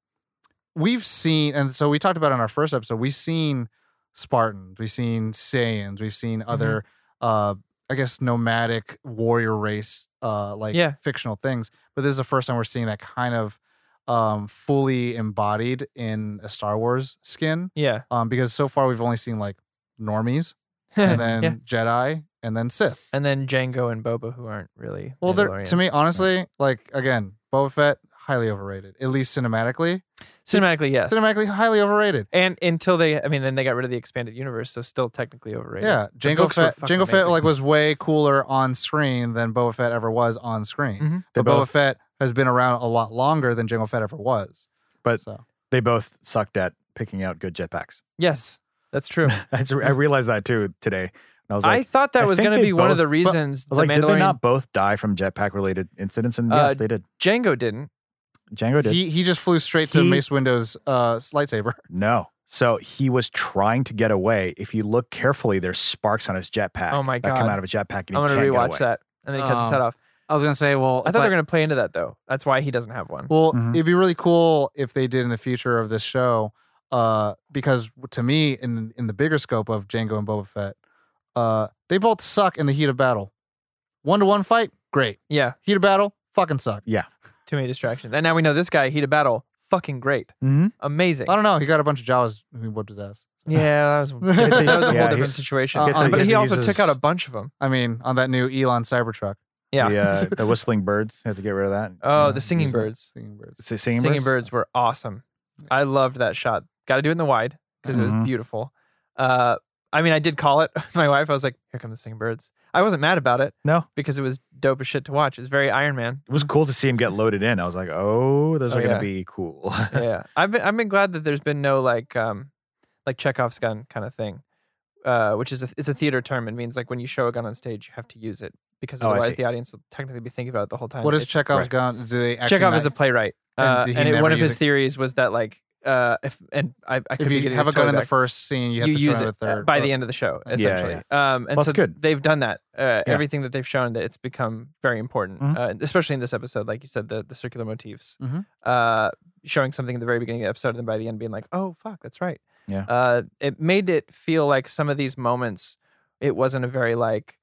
Speaker 2: we've seen, and so we talked about in our first episode, we've seen Spartans, we've seen Saiyans, we've seen
Speaker 3: Mm-hmm.
Speaker 2: other, uh, I guess, nomadic warrior race, uh, like
Speaker 3: Yeah.
Speaker 2: fictional things. But this is the first time we're seeing that kind of um, fully embodied in a Star Wars skin.
Speaker 3: yeah *laughs*
Speaker 2: Um, because so far we've only seen like normies and then
Speaker 3: *laughs* yeah.
Speaker 2: Jedi and then Sith.
Speaker 3: and then Django and Boba, who aren't really
Speaker 2: Well, they're, to
Speaker 3: Mandalorians.
Speaker 2: me, honestly, like again, Boba Fett highly overrated. At least cinematically,
Speaker 3: cinematically, yes,
Speaker 2: cinematically highly overrated.
Speaker 3: and until they, I mean, then they got rid of the expanded universe, so still technically overrated.
Speaker 2: Yeah,
Speaker 3: The
Speaker 2: Jango
Speaker 3: books were
Speaker 2: Fett.
Speaker 3: fucking
Speaker 2: Jango Fett
Speaker 3: amazing.
Speaker 2: like was way cooler on screen than Boba Fett ever was on screen.
Speaker 3: Mhm.
Speaker 4: They
Speaker 2: But Boba
Speaker 4: both-
Speaker 2: Fett has been around a lot longer than Jango Fett ever was.
Speaker 4: But-
Speaker 2: so
Speaker 4: They both sucked at picking out good jetpacks. *laughs*
Speaker 3: yes, that's true.
Speaker 4: I
Speaker 3: *laughs*
Speaker 4: just- I realized that too today. And I was like,
Speaker 3: I thought that
Speaker 4: I
Speaker 3: was
Speaker 4: think
Speaker 3: going to
Speaker 4: they
Speaker 3: be one of
Speaker 4: both-
Speaker 3: the
Speaker 4: but-
Speaker 3: reasons
Speaker 4: I
Speaker 3: the
Speaker 4: was like, did they
Speaker 3: Mandalorian
Speaker 4: not both die from jetpack related incidents? And
Speaker 3: Uh,
Speaker 4: yes, they did.
Speaker 3: Django didn't.
Speaker 4: Django did.
Speaker 2: he he just flew straight to
Speaker 4: He-
Speaker 2: Mace Windu's uh, lightsaber.
Speaker 4: no. So he was trying to get away. If you look carefully, there's sparks on his jetpack.
Speaker 3: Oh my
Speaker 4: That come
Speaker 3: God.
Speaker 4: out of a jetpack, and
Speaker 3: I'm going
Speaker 4: he can't
Speaker 3: to
Speaker 4: get
Speaker 3: rewatch
Speaker 4: away.
Speaker 3: that, and then he cuts his
Speaker 2: Um,
Speaker 3: head off.
Speaker 2: I was gonna say, well,
Speaker 3: I thought they were going to play into that though. That's why he doesn't have one.
Speaker 2: Well,
Speaker 4: Mhm.
Speaker 2: it'd be really cool if they did in the future of this show, uh, because to me, in in the bigger scope of Django and Boba Fett, uh, they both suck in the heat of battle. One to one fight, great.
Speaker 3: yeah,
Speaker 2: Heat of battle, fucking suck.
Speaker 3: too many distractions, and now we know this guy, heat of battle, fucking great,
Speaker 4: Mhm.
Speaker 3: amazing.
Speaker 2: I don't know. He got a bunch of Jawas who whooped his ass.
Speaker 3: Yeah,
Speaker 2: *laughs*
Speaker 3: that was, that was a
Speaker 4: Yeah,
Speaker 3: whole
Speaker 4: he-
Speaker 3: different situation. Um,
Speaker 2: gets to-
Speaker 3: but
Speaker 4: gets
Speaker 3: he
Speaker 4: to
Speaker 3: also
Speaker 4: use
Speaker 3: took out
Speaker 4: his-
Speaker 3: a bunch of them.
Speaker 2: I mean, on that new Elon Cybertruck.
Speaker 3: Yeah.
Speaker 4: The, uh,
Speaker 3: *laughs*
Speaker 4: the whistling birds. Have to get rid of that.
Speaker 3: Oh,
Speaker 2: Yeah,
Speaker 3: the singing
Speaker 2: he's a-
Speaker 3: birds.
Speaker 2: Singing birds.
Speaker 4: S- singing, birds.
Speaker 3: were awesome. I loved that shot. Got to do it in the wide because it
Speaker 2: Mm-hmm.
Speaker 4: Mhm.
Speaker 3: was beautiful. Uh, I mean, I did call it *laughs* with my wife. I was like, "Here come the singing birds." I wasn't mad about it
Speaker 4: No,
Speaker 3: because it was dope as shit to watch. It was very Iron Man. *laughs*
Speaker 4: it was cool to see him get loaded in. I was like, oh, those
Speaker 3: Oh,
Speaker 4: are going
Speaker 3: yeah.
Speaker 4: to be cool. *laughs*
Speaker 3: yeah, I've been I've been glad that there's been no like um like Chekhov's gun kind of thing uh, which is a, it's a theater term. It means like when you show a gun on stage, you have to use it because
Speaker 4: Oh, I
Speaker 3: otherwise
Speaker 4: see.
Speaker 3: the audience will technically be thinking about it the whole time.
Speaker 2: What is
Speaker 3: It's-
Speaker 2: Chekhov's
Speaker 4: right.
Speaker 2: gun? Do they actually
Speaker 3: Chekhov
Speaker 2: not-
Speaker 3: is a playwright,
Speaker 2: And
Speaker 3: uh,
Speaker 2: did
Speaker 3: and,
Speaker 2: he
Speaker 3: it-
Speaker 2: never
Speaker 3: one of
Speaker 2: use
Speaker 3: his
Speaker 2: it?
Speaker 3: theories was that like uh, if and I, I could
Speaker 2: if
Speaker 3: be
Speaker 2: you
Speaker 3: getting
Speaker 2: have a
Speaker 3: this
Speaker 2: gun
Speaker 3: totally
Speaker 2: in the
Speaker 3: back
Speaker 2: first scene, you have to throw
Speaker 3: use
Speaker 2: in the
Speaker 3: it uh,
Speaker 2: third
Speaker 3: by
Speaker 2: but-
Speaker 3: the end of the show,
Speaker 2: yeah,
Speaker 3: essentially. Um, and
Speaker 4: Well,
Speaker 3: so
Speaker 4: it's good.
Speaker 3: they've done that. Uh,
Speaker 4: Yeah.
Speaker 3: Everything that they've shown that it's become very important,
Speaker 4: Mhm.
Speaker 3: uh, especially in this episode, like you said, the the circular motifs,
Speaker 4: Mm-hmm.
Speaker 2: Mhm.
Speaker 3: uh, showing something at the very beginning of the episode, and then by the end being like, oh fuck, that's right.
Speaker 4: Yeah.
Speaker 3: Uh, it made it feel like some of these moments, it wasn't a very like.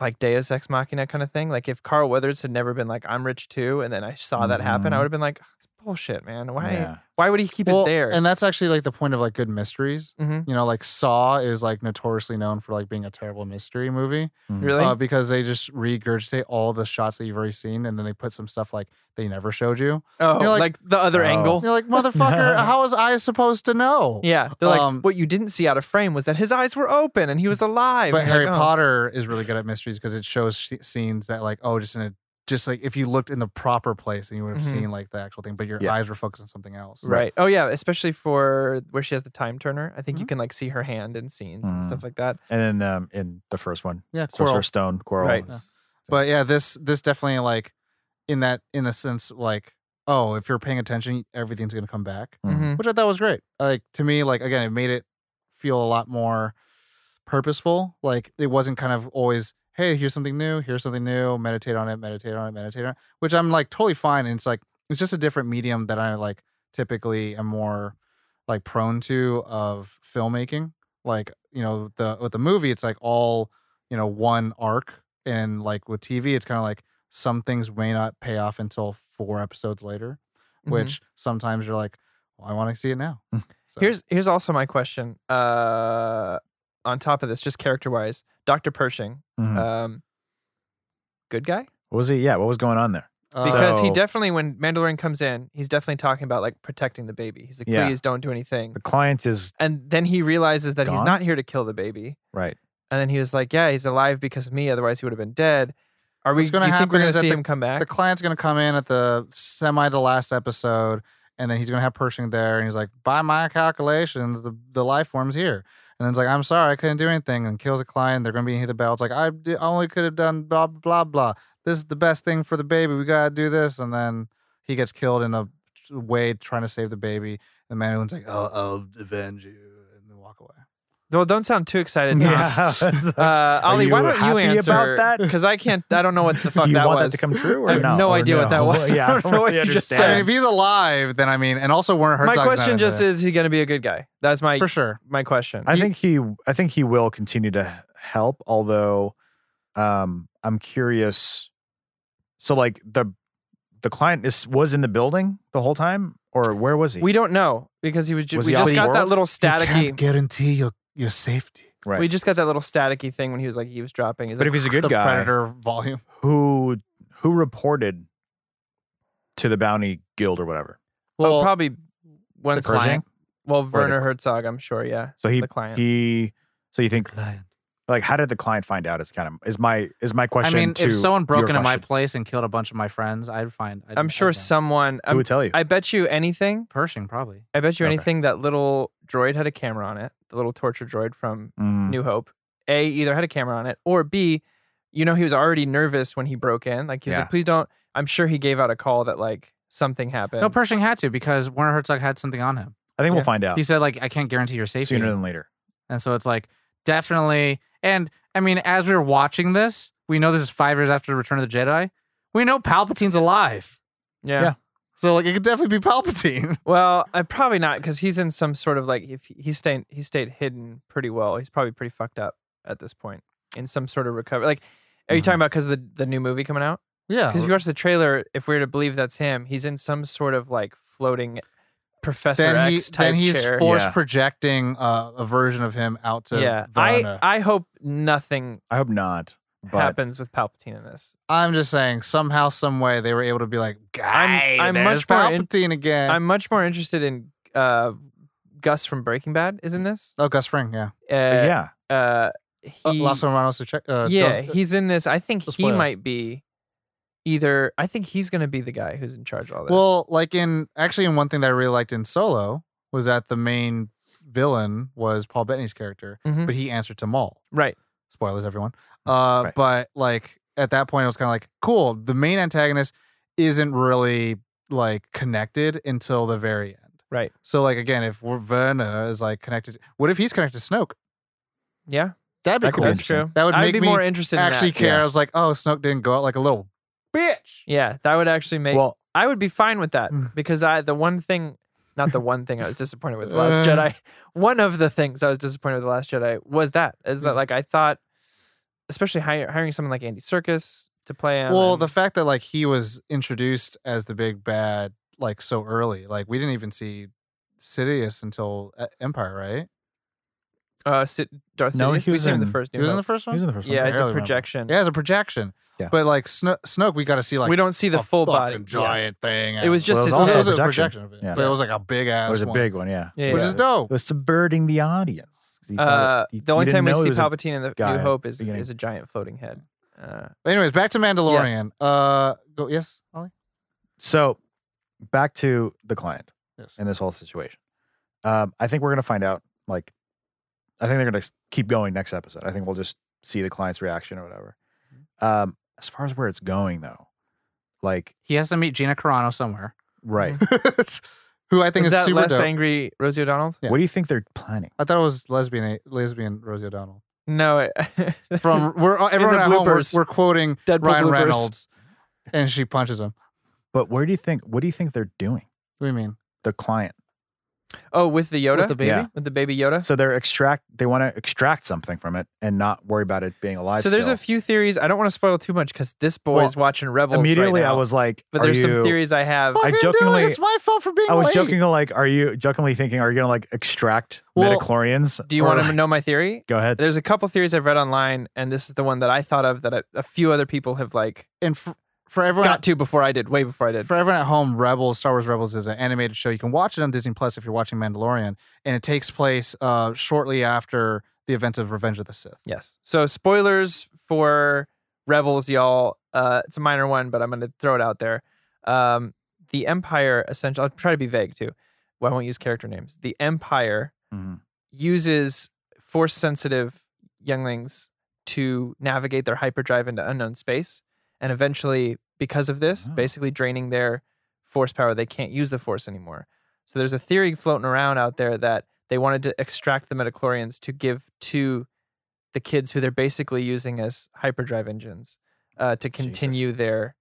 Speaker 3: Like Deus Ex Machina kind of thing. Like if Carl Weathers had never been like I'm rich too, and then I saw that happen, I
Speaker 4: Mhm.
Speaker 3: would have been like, "Oh, "It's bullshit, man. Why?
Speaker 4: Yeah.
Speaker 3: Why would he keep
Speaker 2: Well,
Speaker 3: it there?"
Speaker 2: And that's actually like the point of like good mysteries.
Speaker 4: Oh.
Speaker 3: Mhm.
Speaker 2: You know, like Saw is like notoriously known for like being a terrible mystery movie
Speaker 4: Mhm.
Speaker 3: really,
Speaker 2: uh, because they just regurgitate all the shots that you've already seen and then they put some stuff like they never showed you.
Speaker 3: oh,
Speaker 2: you're like-
Speaker 3: like, the other
Speaker 4: Oh.
Speaker 3: angle.
Speaker 2: You're
Speaker 3: *laughs*
Speaker 2: like, motherfucker, how was I supposed to know?
Speaker 3: Yeah, they're like,
Speaker 2: Um,
Speaker 3: what you didn't see out of frame was that his eyes were open and he was alive.
Speaker 2: But
Speaker 3: And you're
Speaker 2: Harry
Speaker 3: like, oh.
Speaker 2: Potter is really good at mysteries because it shows sh- scenes that like oh just in a just like if you looked in the proper place and you would have
Speaker 3: Mhm.
Speaker 2: seen like the actual thing, but your
Speaker 4: Yeah.
Speaker 2: eyes were focused on something else.
Speaker 3: right? Oh yeah, especially for where she has the time turner. I think you
Speaker 2: Mhm.
Speaker 3: can like see her hand in scenes and
Speaker 4: Mm.
Speaker 2: Mm-hmm.
Speaker 3: stuff like that.
Speaker 4: And then um, in the first one,
Speaker 2: Yeah,
Speaker 4: Sorcerer
Speaker 2: Quirrell.
Speaker 4: Stone, Quirrell.
Speaker 3: Right.
Speaker 4: was-
Speaker 2: But yeah, this this definitely like in that in a sense like oh if you're paying attention everything's gonna come back,
Speaker 4: Mhm.
Speaker 3: Mhm.
Speaker 2: which I thought was great. Like to me like again it made it feel a lot more purposeful. Like it wasn't kind of always hey here's something new here's something new meditate on it meditate on it meditate on it which I'm like totally fine. And it's like it's just a different medium that I like typically am more like prone to of filmmaking. Like you know the with the movie, it's like all you know one arc, and like with TV, it's kind of like some things may not pay off until four episodes later,
Speaker 3: Mhm.
Speaker 2: which sometimes you're like, well, I want to see it now. So,
Speaker 3: here's here's also my question. Uh, on top of this, just character wise, Doctor Pershing,
Speaker 2: Mm-hmm.
Speaker 4: Mhm.
Speaker 3: um, good guy
Speaker 4: what was he? Yeah, what was going on there?
Speaker 2: uh,
Speaker 3: because he
Speaker 4: So-
Speaker 3: definitely when Mandalorian comes in, he's definitely talking about like protecting the baby. He's like,
Speaker 4: Yeah.
Speaker 3: please don't do anything.
Speaker 4: The client is
Speaker 3: And then he realizes that he's
Speaker 4: Gone?
Speaker 3: not here to kill the baby. *laughs*
Speaker 4: right.
Speaker 3: And then he was like, "Yeah, he's alive because of me. Otherwise, he would have been dead." Are we
Speaker 2: What's gonna
Speaker 3: you think
Speaker 2: happen
Speaker 3: we're gonna
Speaker 2: is that
Speaker 3: see
Speaker 2: the-
Speaker 3: him come back?
Speaker 2: the client's gonna come in at the semi to last episode, and then he's gonna have Pershing there, and he's like, by my calculations, the, the life form's here. And then it's like, I'm sorry, I couldn't do anything, and kills a client. They're gonna be hit the bell. It's like I d- only could have done blah blah blah. This is the best thing for the baby. We gotta do this, and then he gets killed in a way trying to save the baby. The man who's like, oh, I'll avenge you, and then walk away.
Speaker 3: well, don't sound too excited. Nas.
Speaker 4: *laughs* Yeah. It's
Speaker 3: *laughs*
Speaker 4: like,
Speaker 3: Uh, Ali, why
Speaker 4: you
Speaker 3: don't you
Speaker 4: happy
Speaker 3: answer
Speaker 4: about that?
Speaker 3: Because I can't. I don't know what the fuck
Speaker 4: *laughs* do you
Speaker 3: that
Speaker 4: want
Speaker 3: was.
Speaker 4: that to come true? Or
Speaker 3: I have
Speaker 4: no,
Speaker 3: no
Speaker 4: Or
Speaker 3: idea what
Speaker 4: *laughs*
Speaker 3: that was. *laughs* I
Speaker 4: Yeah, I
Speaker 3: don't
Speaker 4: don't
Speaker 3: know what
Speaker 4: really
Speaker 3: you just
Speaker 2: So, I mean,
Speaker 3: said.
Speaker 4: understand.
Speaker 2: if he's alive, then I mean, and also Werner
Speaker 3: my
Speaker 2: Herzog's not
Speaker 3: question
Speaker 2: into
Speaker 3: just
Speaker 2: that.
Speaker 3: is: He going to be a good guy? That's my
Speaker 2: for sure.
Speaker 3: my question.
Speaker 4: I think he I think he will continue to help, although um I'm curious. So like the the client is was in the building the whole time, or where was he?
Speaker 3: we don't know because he was. Ju-
Speaker 4: Was
Speaker 3: we
Speaker 4: he out
Speaker 3: just
Speaker 4: in the
Speaker 3: got that
Speaker 4: world?
Speaker 3: little
Speaker 2: I can't
Speaker 3: staticky.
Speaker 2: guarantee your your safety.
Speaker 4: right.
Speaker 3: We just got that little staticky thing when he was like eavesdropping. He's
Speaker 4: but if
Speaker 3: like,
Speaker 4: he's a good
Speaker 2: the
Speaker 4: guy
Speaker 2: predator volume.
Speaker 4: who who reported to the bounty guild or whatever.
Speaker 3: well,
Speaker 2: Well,
Speaker 3: probably one
Speaker 2: the
Speaker 3: client.
Speaker 4: Pershing?
Speaker 3: Well,
Speaker 4: the-
Speaker 3: Werner Herzog, I'm sure. Yeah.
Speaker 4: So he
Speaker 3: The client.
Speaker 4: he so you think
Speaker 2: client.
Speaker 4: like how did the client find out is kind of is my is my
Speaker 2: I
Speaker 4: question
Speaker 2: mean,
Speaker 4: to
Speaker 2: if someone broke
Speaker 4: your
Speaker 2: into my
Speaker 4: question.
Speaker 2: place and killed a bunch of my friends, I'd find. I'd,
Speaker 3: I'm sure
Speaker 2: I'd know.
Speaker 3: someone.
Speaker 4: who
Speaker 3: I'm,
Speaker 4: would tell you?
Speaker 3: I bet you anything.
Speaker 2: Pershing probably.
Speaker 3: I bet you
Speaker 4: Okay.
Speaker 3: anything that little droid had a camera on it. The little torture droid from
Speaker 4: Mm,
Speaker 3: New Hope. A either had a camera on it, or B, you know, he was already nervous when he broke in. Like he was
Speaker 4: Yeah.
Speaker 3: like, "Please don't." I'm sure he gave out a call that like something happened.
Speaker 2: No, Pershing had to because Werner Herzog had something on him.
Speaker 4: I think
Speaker 3: yeah.
Speaker 4: we'll find out
Speaker 2: He said like, I can't guarantee your safety,
Speaker 4: sooner than later.
Speaker 2: and so it's like definitely. And I mean, as we were watching this, we know this is five years after Return of the Jedi. We know Palpatine's alive,
Speaker 3: yeah.
Speaker 4: yeah.
Speaker 2: so like it could definitely be Palpatine. *laughs*
Speaker 3: Well, I probably not because he's in some sort of like if he- he stayed he stayed hidden pretty well. He's probably pretty fucked up at this point in some sort of recovery. Like, are you talking
Speaker 4: Mm-hmm.
Speaker 3: about because the the new movie coming out?
Speaker 2: Yeah,
Speaker 3: Because if you watch the trailer, if we're to believe that's him, he's in some sort of like floating Professor
Speaker 2: then he
Speaker 3: X type
Speaker 2: then he's
Speaker 3: chair.
Speaker 2: force
Speaker 4: Yeah.
Speaker 2: projecting uh, a version of him out to
Speaker 3: yeah,
Speaker 2: Verna.
Speaker 3: I I hope nothing
Speaker 4: I hope not. But
Speaker 3: happens with Palpatine in this.
Speaker 2: I'm just saying, somehow, some way, they were able to be like, "Guy,
Speaker 3: I'm
Speaker 2: there's
Speaker 3: much more in-
Speaker 2: Palpatine again."
Speaker 3: I'm much more interested in uh, Gus from Breaking Bad, isn't this?
Speaker 2: oh, Gus Fring, yeah,
Speaker 3: Uh,
Speaker 4: yeah,
Speaker 3: Uh,
Speaker 2: uh,
Speaker 3: he-
Speaker 2: Los Hermanos. to check- Uh,
Speaker 3: yeah,
Speaker 2: those-
Speaker 3: he's in this. I think
Speaker 2: those
Speaker 3: he
Speaker 2: playoffs.
Speaker 3: might be either. I think he's going to be the guy
Speaker 2: uh,
Speaker 3: who's in charge of all this.
Speaker 2: well, like in actually, in one thing that I really liked in Solo was that the main villain was Paul Bettany's character,
Speaker 3: Mhm.
Speaker 2: but he answered to Maul.
Speaker 3: Right.
Speaker 2: Spoilers, everyone. Uh,
Speaker 4: Mm, Right.
Speaker 2: But like at that point, I was kind of like, cool. The main antagonist isn't really like connected until the very end.
Speaker 3: Right.
Speaker 2: So like again, if we're- Verna is like connected, what if he's connected to Snoke?
Speaker 3: Yeah.
Speaker 2: That'd be
Speaker 4: That could
Speaker 2: cool.
Speaker 4: be
Speaker 3: That's
Speaker 4: interesting.
Speaker 3: true.
Speaker 2: that would
Speaker 3: I'd
Speaker 2: make
Speaker 3: be
Speaker 2: me
Speaker 3: more interested
Speaker 2: actually
Speaker 3: in that.
Speaker 2: care.
Speaker 4: yeah.
Speaker 2: I was like, oh, Snoke didn't go out like a little bitch.
Speaker 3: Yeah, that would actually make
Speaker 4: well,
Speaker 3: I would be fine with that
Speaker 2: Mm.
Speaker 3: because I the one thing not the one thing I was disappointed
Speaker 4: *laughs*
Speaker 3: with the Last
Speaker 4: Uh.
Speaker 3: Jedi. One of the things I was disappointed with the Last Jedi was that is
Speaker 2: Yeah.
Speaker 4: Mm.
Speaker 3: that like I thought, especially hire, hiring someone like Andy Circus to play him.
Speaker 2: Well,
Speaker 3: and-
Speaker 2: the fact that like he was introduced as the big bad like so early, like we didn't even see Sidious until uh, Empire, right?
Speaker 3: uh, Sid, Darth
Speaker 4: No,
Speaker 3: Sidious,
Speaker 4: he
Speaker 3: we
Speaker 4: was
Speaker 3: see him in the
Speaker 4: in-
Speaker 3: first. New
Speaker 2: He was in the
Speaker 3: Hope.
Speaker 2: first
Speaker 4: he
Speaker 2: one.
Speaker 4: was in the first
Speaker 3: yeah,
Speaker 4: one.
Speaker 2: I
Speaker 3: it's a
Speaker 2: barely remember.
Speaker 3: projection.
Speaker 2: Yeah, as a projection.
Speaker 4: Yeah.
Speaker 2: But like Sno- Snoke, we got to see like
Speaker 3: we don't see the
Speaker 2: a
Speaker 3: full body.
Speaker 2: fucking
Speaker 3: Yeah.
Speaker 2: giant thing.
Speaker 3: It was
Speaker 2: and-
Speaker 3: just
Speaker 4: Well, it
Speaker 3: his.
Speaker 4: was
Speaker 2: it
Speaker 4: also
Speaker 3: own-
Speaker 2: was a
Speaker 4: projection.
Speaker 2: projection of it,
Speaker 4: Yeah.
Speaker 2: but it was like a big ass.
Speaker 4: It was a
Speaker 2: one,
Speaker 4: big one, yeah.
Speaker 3: Yeah,
Speaker 2: which
Speaker 3: yeah.
Speaker 2: is dope.
Speaker 4: It was subverting the audience. 'Cause he
Speaker 3: uh,
Speaker 4: thought it- he-
Speaker 3: the
Speaker 4: he
Speaker 3: only
Speaker 4: didn't
Speaker 3: time we
Speaker 4: know
Speaker 3: see
Speaker 4: it was a-
Speaker 3: Palpatine in the
Speaker 4: guy
Speaker 3: New
Speaker 4: at
Speaker 3: Hope
Speaker 4: the
Speaker 3: is
Speaker 4: beginning.
Speaker 3: is a giant floating head. Uh,
Speaker 2: But anyways, back to Mandalorian. Uh, go yes, Ollie.
Speaker 4: so back to the client
Speaker 2: Yes.
Speaker 4: in this whole situation. Um, I think we're gonna find out. Like, I think they're gonna s- keep going next episode. I think we'll just see the client's reaction or whatever.
Speaker 3: Mm-hmm.
Speaker 4: Um, as far as where it's going though, like
Speaker 2: He has to meet Gina Carano somewhere,
Speaker 3: Mm-hmm.
Speaker 4: right.
Speaker 2: *laughs* who I think
Speaker 3: is
Speaker 2: is,
Speaker 3: that
Speaker 2: super
Speaker 3: less
Speaker 2: dope.
Speaker 3: angry Rosie O'Donnell?
Speaker 2: Yeah.
Speaker 4: What do you think they're planning?
Speaker 2: I thought it was lesbian lesbian Rosie O'Donnell.
Speaker 3: No, it-
Speaker 2: From *laughs* we're uh, everyone at home, we're,
Speaker 3: bloopers.
Speaker 2: we're quoting
Speaker 3: *laughs* Deadpool
Speaker 2: Ryan
Speaker 3: bloopers.
Speaker 2: Reynolds, and she punches him.
Speaker 4: But where do you think? What do you think they're doing?
Speaker 2: What do you mean?
Speaker 4: The client.
Speaker 3: Oh, with the Yoda,
Speaker 2: With the baby?
Speaker 4: Yeah.
Speaker 3: with the baby Yoda.
Speaker 4: So they're extract. They want to extract something from it and not worry about it being alive.
Speaker 3: So there's
Speaker 4: still.
Speaker 3: a few theories. I don't want to spoil too much because this boy
Speaker 4: Well,
Speaker 3: is watching Rebels. right
Speaker 4: Immediately, I
Speaker 3: now.
Speaker 4: was like,
Speaker 3: But
Speaker 4: are
Speaker 3: there's some
Speaker 4: you-
Speaker 3: theories I have.
Speaker 4: I
Speaker 2: Fucking do it.
Speaker 4: jokingly-
Speaker 2: it's my fault for being.
Speaker 4: I was
Speaker 2: late.
Speaker 4: joking, like, are you jokingly thinking, are you gonna like extract
Speaker 2: Well,
Speaker 4: midichlorians?
Speaker 3: Do you
Speaker 4: Or,
Speaker 3: want to
Speaker 4: like,
Speaker 3: know my theory?
Speaker 4: *laughs* Go ahead.
Speaker 3: There's a couple theories I've read online, and this is the one that I thought of that a, a few other people have like
Speaker 2: And for, for everyone,
Speaker 3: got to before I did, way before I did.
Speaker 2: for everyone at home, Rebels, Star Wars Rebels is an animated show. You can watch it on Disney Plus if you're watching Mandalorian, and it takes place uh, shortly after the events of Revenge of the Sith.
Speaker 3: Yes. So spoilers for Rebels, y'all. Uh, it's a minor one, but I'm gonna throw it out there. Um, the Empire, essentially, I'll try to be vague too. Well, I won't use character names. The Empire
Speaker 4: Mhm.
Speaker 3: uses force sensitive younglings to navigate their hyperdrive into unknown space. And eventually, because of this,
Speaker 2: Ah.
Speaker 4: Oh.
Speaker 3: basically draining their force power, they can't use the force anymore. So there's a theory floating around out there that they wanted to extract the metachlorians to give to the kids who they're basically using as hyperdrive engines uh, to continue their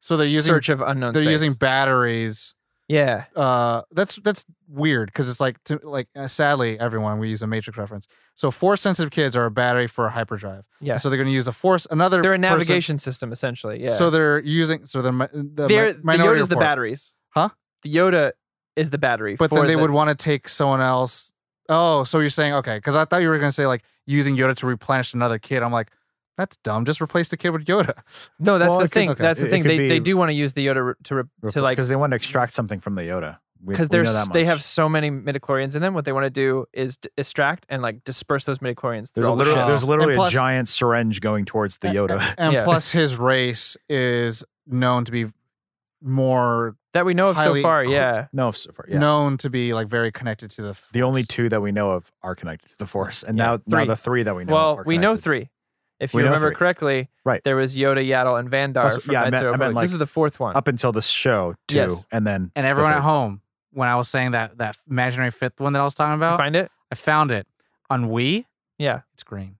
Speaker 2: So they're using
Speaker 3: search of unknown
Speaker 2: they're
Speaker 3: space.
Speaker 2: using batteries.
Speaker 3: yeah.
Speaker 2: Uh, that's that's weird because it's like to, like uh, sadly everyone we use a Matrix reference. So force sensitive kids are a battery for a hyperdrive.
Speaker 3: Yeah.
Speaker 2: So they're going to use a force another.
Speaker 3: They're a
Speaker 2: person-
Speaker 3: navigation system, essentially. Yeah.
Speaker 2: So they're using so they're mi- the mi-
Speaker 3: They're, the
Speaker 2: minority
Speaker 3: Yoda's the
Speaker 2: Report.
Speaker 3: batteries.
Speaker 2: Huh?
Speaker 3: The Yoda is the battery.
Speaker 2: But then
Speaker 3: for
Speaker 2: they
Speaker 3: the-
Speaker 2: would want to take someone else. Oh, so you're saying okay? Because I thought you were going to say like using Yoda to replenish another kid. I'm like, that's dumb. Just replace the kid with
Speaker 3: *laughs*
Speaker 2: Yoda.
Speaker 3: No, that's
Speaker 4: Well,
Speaker 3: the
Speaker 4: it could-
Speaker 3: thing.
Speaker 2: okay.
Speaker 3: That's the
Speaker 4: It- it
Speaker 3: thing.
Speaker 4: could
Speaker 3: They, they
Speaker 4: be-
Speaker 3: do want to use the Yoda re- to re- to like
Speaker 4: because they want to extract something from the Yoda. We-
Speaker 3: because
Speaker 4: we know
Speaker 3: they're s-
Speaker 4: that
Speaker 3: they
Speaker 4: much.
Speaker 3: have so many midichlorians in them. What they want to do is d- extract and like disperse those midichlorians through
Speaker 4: There's, a
Speaker 3: all the
Speaker 4: literal,
Speaker 2: shit.
Speaker 4: there's
Speaker 3: ships.
Speaker 2: And
Speaker 4: literally
Speaker 2: plus-
Speaker 4: a giant syringe going towards the Yoda.
Speaker 2: *laughs* And
Speaker 3: Yeah.
Speaker 2: plus, his race is known to be more
Speaker 3: that we know of so
Speaker 2: highly
Speaker 3: far.
Speaker 2: cl-
Speaker 3: yeah,
Speaker 4: no, so far, yeah.
Speaker 2: known to be like very connected to the.
Speaker 4: The only
Speaker 2: Force.
Speaker 4: two that we know of are connected to the Force, and
Speaker 3: Yeah.
Speaker 4: now now
Speaker 3: Three.
Speaker 4: the three that we know.
Speaker 3: well,
Speaker 4: are
Speaker 3: we know
Speaker 4: connected.
Speaker 3: three. If you
Speaker 4: We know
Speaker 3: remember
Speaker 4: three.
Speaker 3: correctly,
Speaker 4: Right.
Speaker 3: there was Yoda, Yaddle, and Vandar.
Speaker 4: That's-
Speaker 3: from
Speaker 4: yeah, I
Speaker 3: Knights of the
Speaker 4: meant- I
Speaker 3: Old
Speaker 4: meant,
Speaker 3: Republic.
Speaker 4: like,
Speaker 3: this is the fourth one.
Speaker 4: up until the show two,
Speaker 3: Yes.
Speaker 4: and then
Speaker 5: And everyone at
Speaker 4: third.
Speaker 5: home, when I was saying that that imaginary fifth one that I was talking
Speaker 3: You
Speaker 5: about,
Speaker 3: find it?
Speaker 5: I found it on Wii.
Speaker 3: Yeah,
Speaker 5: It's green.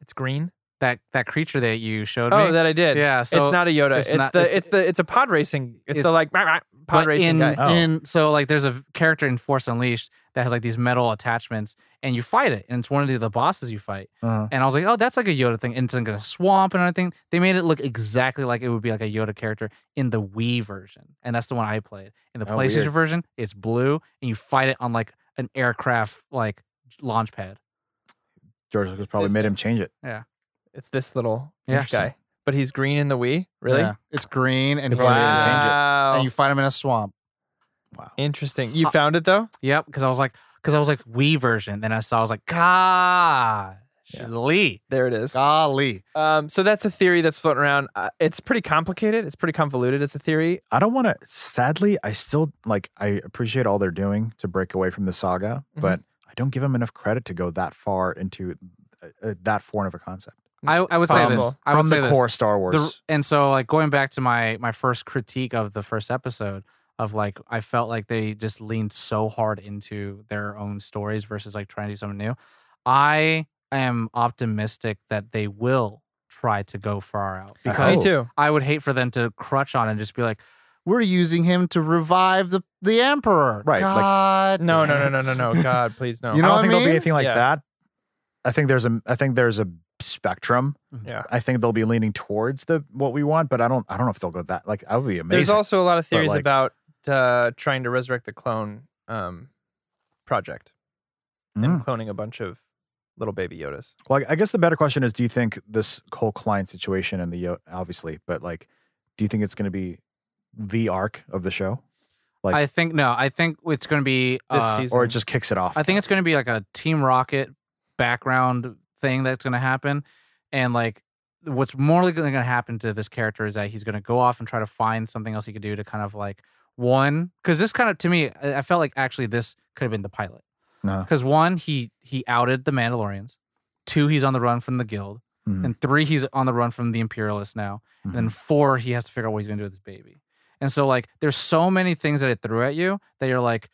Speaker 3: it's green.
Speaker 5: That that creature that you showed
Speaker 3: Oh,
Speaker 5: me.
Speaker 3: that I did.
Speaker 5: yeah. So
Speaker 3: it's not a Yoda. It's,
Speaker 5: it's not-
Speaker 3: the it's,
Speaker 5: it's-
Speaker 3: the it's a pod racing. It's, the
Speaker 5: it's-
Speaker 3: like rah, rah, pod
Speaker 5: but
Speaker 3: racing
Speaker 5: in,
Speaker 3: guy.
Speaker 4: Oh.
Speaker 5: in so like there's a v- character in Force Unleashed that has like these metal attachments, and you fight it, and it's one of the, the bosses you fight.
Speaker 4: Uh-huh.
Speaker 5: And I was like, oh, that's like a Yoda thing. And it's like a swamp and everything. They made it look exactly like it would be like a Yoda character in the Wii version. And that's the one I played. In the
Speaker 4: Oh,
Speaker 5: PlayStation
Speaker 4: weird.
Speaker 5: version, it's blue and you fight it on like an aircraft like launch pad.
Speaker 4: George Lucas probably
Speaker 3: This
Speaker 4: made him change it.
Speaker 3: It's this little
Speaker 5: Yeah.
Speaker 3: inch guy, but he's green in the Wii. Really?
Speaker 2: Yeah. it's green and
Speaker 4: They probably didn't
Speaker 2: blue,
Speaker 4: change it.
Speaker 3: Wow.
Speaker 2: and you find him in a swamp.
Speaker 4: Wow.
Speaker 3: Interesting.
Speaker 4: Uh,
Speaker 3: You found it though?
Speaker 5: Yep. Cause I was like, cause I was like Wii version. Then I saw, I was like, gosh,
Speaker 3: Yeah.
Speaker 5: Lee.
Speaker 3: There it is.
Speaker 2: Golly,
Speaker 3: Um, so that's a theory that's floating around. Uh, it's pretty complicated. It's pretty convoluted. It's a theory.
Speaker 4: I don't want to. Sadly, I still like. I appreciate all they're doing to break away from the saga,
Speaker 3: Mhm.
Speaker 4: but I don't give him enough credit to go that far into uh, uh, that foreign of a concept
Speaker 2: I, I would say this.
Speaker 3: possible.
Speaker 2: I would
Speaker 4: from
Speaker 2: say
Speaker 4: the
Speaker 2: this.
Speaker 4: core Star Wars.
Speaker 2: The- and so like going back to my my first critique of the first episode of like I felt like they just leaned so hard into their own stories versus like trying to do something new. I am optimistic that they will try to go far out
Speaker 4: I
Speaker 2: because
Speaker 3: Me
Speaker 4: hope.
Speaker 3: too.
Speaker 2: I would hate for them to crutch on and just be like,
Speaker 6: We're using him to revive the the emperor.
Speaker 4: Right, like-
Speaker 6: God.
Speaker 3: No, no, no, no, no,
Speaker 4: *laughs*
Speaker 3: no. God, please no.
Speaker 2: Oh.
Speaker 6: You know
Speaker 4: I don't
Speaker 6: what
Speaker 4: think there'll
Speaker 6: mean?
Speaker 4: be anything like
Speaker 3: Yeah.
Speaker 4: that. I think there's a I think there's a spectrum.
Speaker 2: Mm-hmm.
Speaker 3: Yeah.
Speaker 4: I think they'll be leaning towards the what we want, but I don't I don't know if they'll go that like I would be amazing.
Speaker 3: There's also a lot of theories
Speaker 4: like-
Speaker 3: about uh, trying to resurrect the clone um, project and cloning a bunch of little baby Yodas.
Speaker 4: Well, Mm. I I guess the better question is, do you think this whole client situation and the Yo- obviously, but like, do you think it's going to be the arc of the show, Like-
Speaker 2: I think no, I think it's going to be
Speaker 3: This
Speaker 2: uh,
Speaker 3: season,
Speaker 4: or it just kicks it off?
Speaker 2: I think it's going to be like a Team Rocket background thing that's going to happen. And like, what's more likely going to happen to this character is that he's going to go off and try to find something else he could do to kind of like one, because this kind of to me, I I felt like actually this could have been the pilot.
Speaker 4: Uh-huh.
Speaker 2: Because one, he he outed the Mandalorians. Two, he's on the run from the guild.
Speaker 4: Mhm.
Speaker 2: And three, he's on the run from the Imperialists now.
Speaker 4: Mm-hmm.
Speaker 2: And then four, he has to figure out what he's gonna do with his baby. And so like there's so many things that it threw at you that you're like,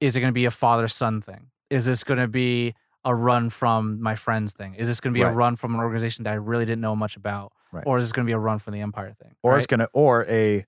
Speaker 2: is it gonna be a father son thing? Is this gonna be a run from my friends thing? Is this gonna be a
Speaker 4: Right.
Speaker 2: run from an organization that I really didn't know much about?
Speaker 4: Right.
Speaker 2: Or is this gonna be a run from the Empire thing?
Speaker 4: or
Speaker 2: right?
Speaker 4: it's going to, or a,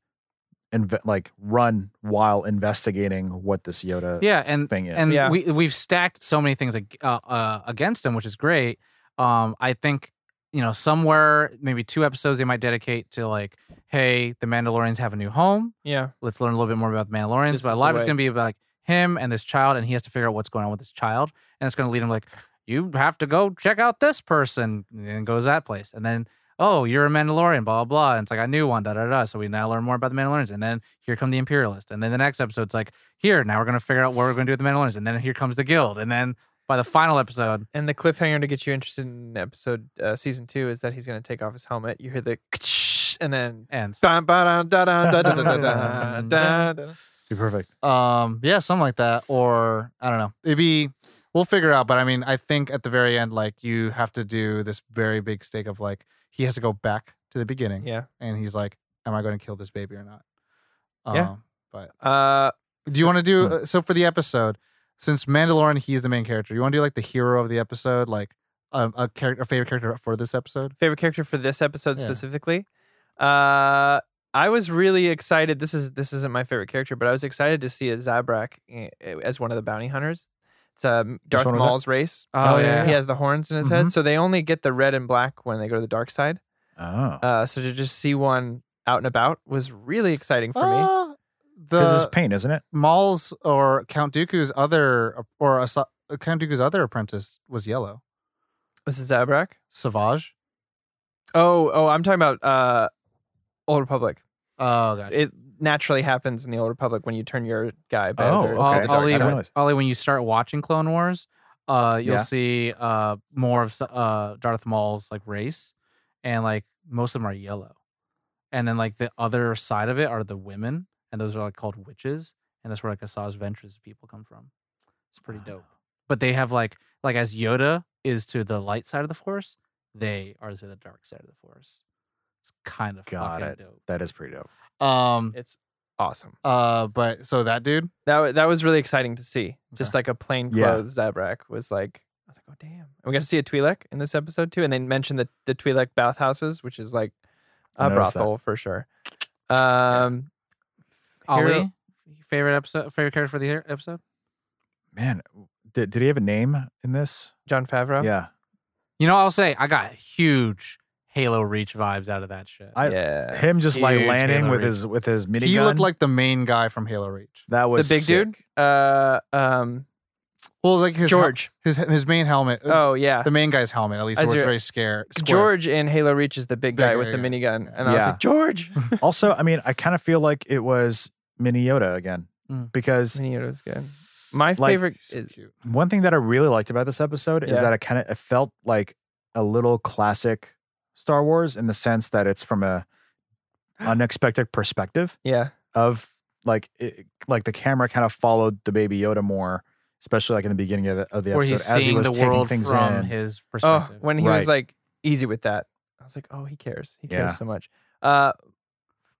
Speaker 4: inve- like run while investigating what this Yoda
Speaker 2: yeah, and
Speaker 4: thing is.
Speaker 2: and
Speaker 3: Yeah.
Speaker 2: we we've stacked so many things ag- uh, uh, against him, which is great. Um, I think you know somewhere maybe two episodes they might dedicate to like, hey, the Mandalorians have a new home.
Speaker 3: yeah,
Speaker 2: Let's learn a little bit more about the Mandalorians.
Speaker 3: This
Speaker 2: but
Speaker 3: is
Speaker 2: a
Speaker 3: the
Speaker 2: lot of it's
Speaker 3: way.
Speaker 2: gonna be about like him and this child, and he has to figure out what's going on with this child, and it's gonna lead him like, you have to go check out this person, and then goes that place, and then. Oh, you're a Mandalorian, blah blah blah. And it's like I knew one, da da da. So we now learn more about the Mandalorians, and then here come the Imperialists, and then the next episode's like, here now we're going to figure out what we're going to do with the Mandalorians, and then here comes the Guild, and then by the final episode,
Speaker 3: and the cliffhanger to get you interested in episode uh, season two is that he's going to take off his helmet. You hear the *laughs* and then.
Speaker 2: ends.
Speaker 3: Dun, ba-dun, da-dun, da-dun, *laughs* da-dun, da-dun, da-dun.
Speaker 4: Be perfect.
Speaker 6: Um, yeah, something like that. Or I don't know. It'd be we'll figure it out. But I mean, I think at the very end, like you have to do this very big stake of like he has to go back to the beginning,
Speaker 3: Yeah.
Speaker 6: and he's like, "Am I going to kill this baby or not?"
Speaker 3: Yeah.
Speaker 6: Um, but
Speaker 3: Uh,
Speaker 6: do you want to do
Speaker 4: Hmm.
Speaker 6: uh, so for the episode? Since Mandalorian, he's the main character. You want to do like the hero of the episode, like a, a character, a favorite character for this episode.
Speaker 3: favorite character for this episode
Speaker 6: Yeah.
Speaker 3: specifically. Uh, I was really excited. This is this isn't my favorite character, but I was excited to see a Zabrak eh, as one of the bounty hunters. It's um, Darth
Speaker 4: one was that?
Speaker 3: Maul's race.
Speaker 2: Oh, yeah,
Speaker 3: He has the horns in his head,
Speaker 6: Mhm.
Speaker 3: so they only get the red and black when they go to the dark side.
Speaker 4: Oh,
Speaker 3: Uh, so to just see one out and about was really exciting for
Speaker 2: Oh.
Speaker 3: me.
Speaker 6: Uh,
Speaker 4: because
Speaker 6: the
Speaker 4: it's pain, isn't it?
Speaker 6: Maul's or Count Dooku's other or Asa- Count Dooku's other apprentice was yellow.
Speaker 3: Was it Zabrak?
Speaker 6: Savage.
Speaker 3: Oh, oh, I'm talking about uh, Old Republic.
Speaker 2: Oh god.
Speaker 3: It naturally happens in the Old Republic when you turn your guy. Bad
Speaker 4: Oh,
Speaker 3: or to
Speaker 4: okay.
Speaker 2: Ollie,
Speaker 3: the dark
Speaker 2: Ollie,
Speaker 4: I
Speaker 3: side.
Speaker 4: didn't
Speaker 2: when-
Speaker 4: realize.
Speaker 2: Ollie, when you start watching Clone Wars, uh, you'll
Speaker 4: Yeah.
Speaker 2: see uh, more of s- uh, Darth Maul's like race, and like most of them are yellow, and then like the other side of it are the women, and those are like called witches, and that's where like Asajj Ventress people come from. It's pretty dope. But they have like like as Yoda is to the light side of the Force, they are to the dark side of the Force. It's kind of
Speaker 4: Got
Speaker 2: fucking dope.
Speaker 4: That is pretty dope.
Speaker 2: Um,
Speaker 3: It's awesome.
Speaker 6: Uh, but so that dude,
Speaker 3: that wa- that was really exciting to see. Just like a plain
Speaker 4: Yeah.
Speaker 3: clothes Zabrak was like, I was like, oh damn. And we got to see a Twi'lek in this episode too, and they mentioned the the Twi'lek bathhouses, which is like
Speaker 4: I
Speaker 3: a
Speaker 4: noticed that.
Speaker 3: brothel for sure. Um,
Speaker 2: Ollie,
Speaker 3: hero-
Speaker 2: favorite episode, favorite character for the e- episode.
Speaker 4: Man, did, did he have a name in this?
Speaker 3: John Favreau.
Speaker 4: Yeah.
Speaker 2: You know, I'll say I got huge Halo Reach vibes out of that shit.
Speaker 4: I-
Speaker 3: yeah.
Speaker 4: Him just like
Speaker 2: Huge
Speaker 4: landing
Speaker 2: Halo
Speaker 4: with
Speaker 2: Reach.
Speaker 4: his with his minigun.
Speaker 6: he looked like the main guy from Halo Reach.
Speaker 4: that
Speaker 3: the
Speaker 4: was
Speaker 3: big
Speaker 4: sick.
Speaker 3: dude. Uh, um,
Speaker 6: Well, like his hel-
Speaker 3: George.
Speaker 6: his his main helmet. uh,
Speaker 3: oh yeah.
Speaker 6: the main guy's helmet. At least
Speaker 3: Is
Speaker 6: it was
Speaker 3: there-
Speaker 6: very scare. square.
Speaker 3: George in Halo Reach is the big guy
Speaker 6: Big
Speaker 3: with the
Speaker 6: guy,
Speaker 3: minigun,
Speaker 6: yeah.
Speaker 3: and I was
Speaker 4: Yeah.
Speaker 3: like,
Speaker 4: *laughs*
Speaker 3: George.
Speaker 4: Also, I mean, I kind of feel like it was Mini Yoda again
Speaker 2: Mm.
Speaker 4: because
Speaker 3: Mini was good. My
Speaker 4: Like-
Speaker 3: favorite
Speaker 6: So
Speaker 3: is
Speaker 6: cute.
Speaker 4: one thing that I really liked about this episode is
Speaker 3: Yeah.
Speaker 4: that it kind of it felt like a little classic Star Wars in the sense that it's from a unexpected perspective
Speaker 3: yeah.
Speaker 4: of like it, like the camera kind of followed the baby Yoda more especially like in the beginning of the, of the
Speaker 5: where
Speaker 4: episode
Speaker 5: he's
Speaker 4: as he
Speaker 5: seeing
Speaker 4: was
Speaker 5: the
Speaker 4: taking
Speaker 5: world
Speaker 4: things
Speaker 5: from
Speaker 4: in.
Speaker 5: his
Speaker 3: Oh,
Speaker 5: perspective.
Speaker 3: when he
Speaker 4: Right.
Speaker 3: was like easy with that, I was like, oh, he cares. He cares
Speaker 4: Yeah.
Speaker 3: so much. Uh,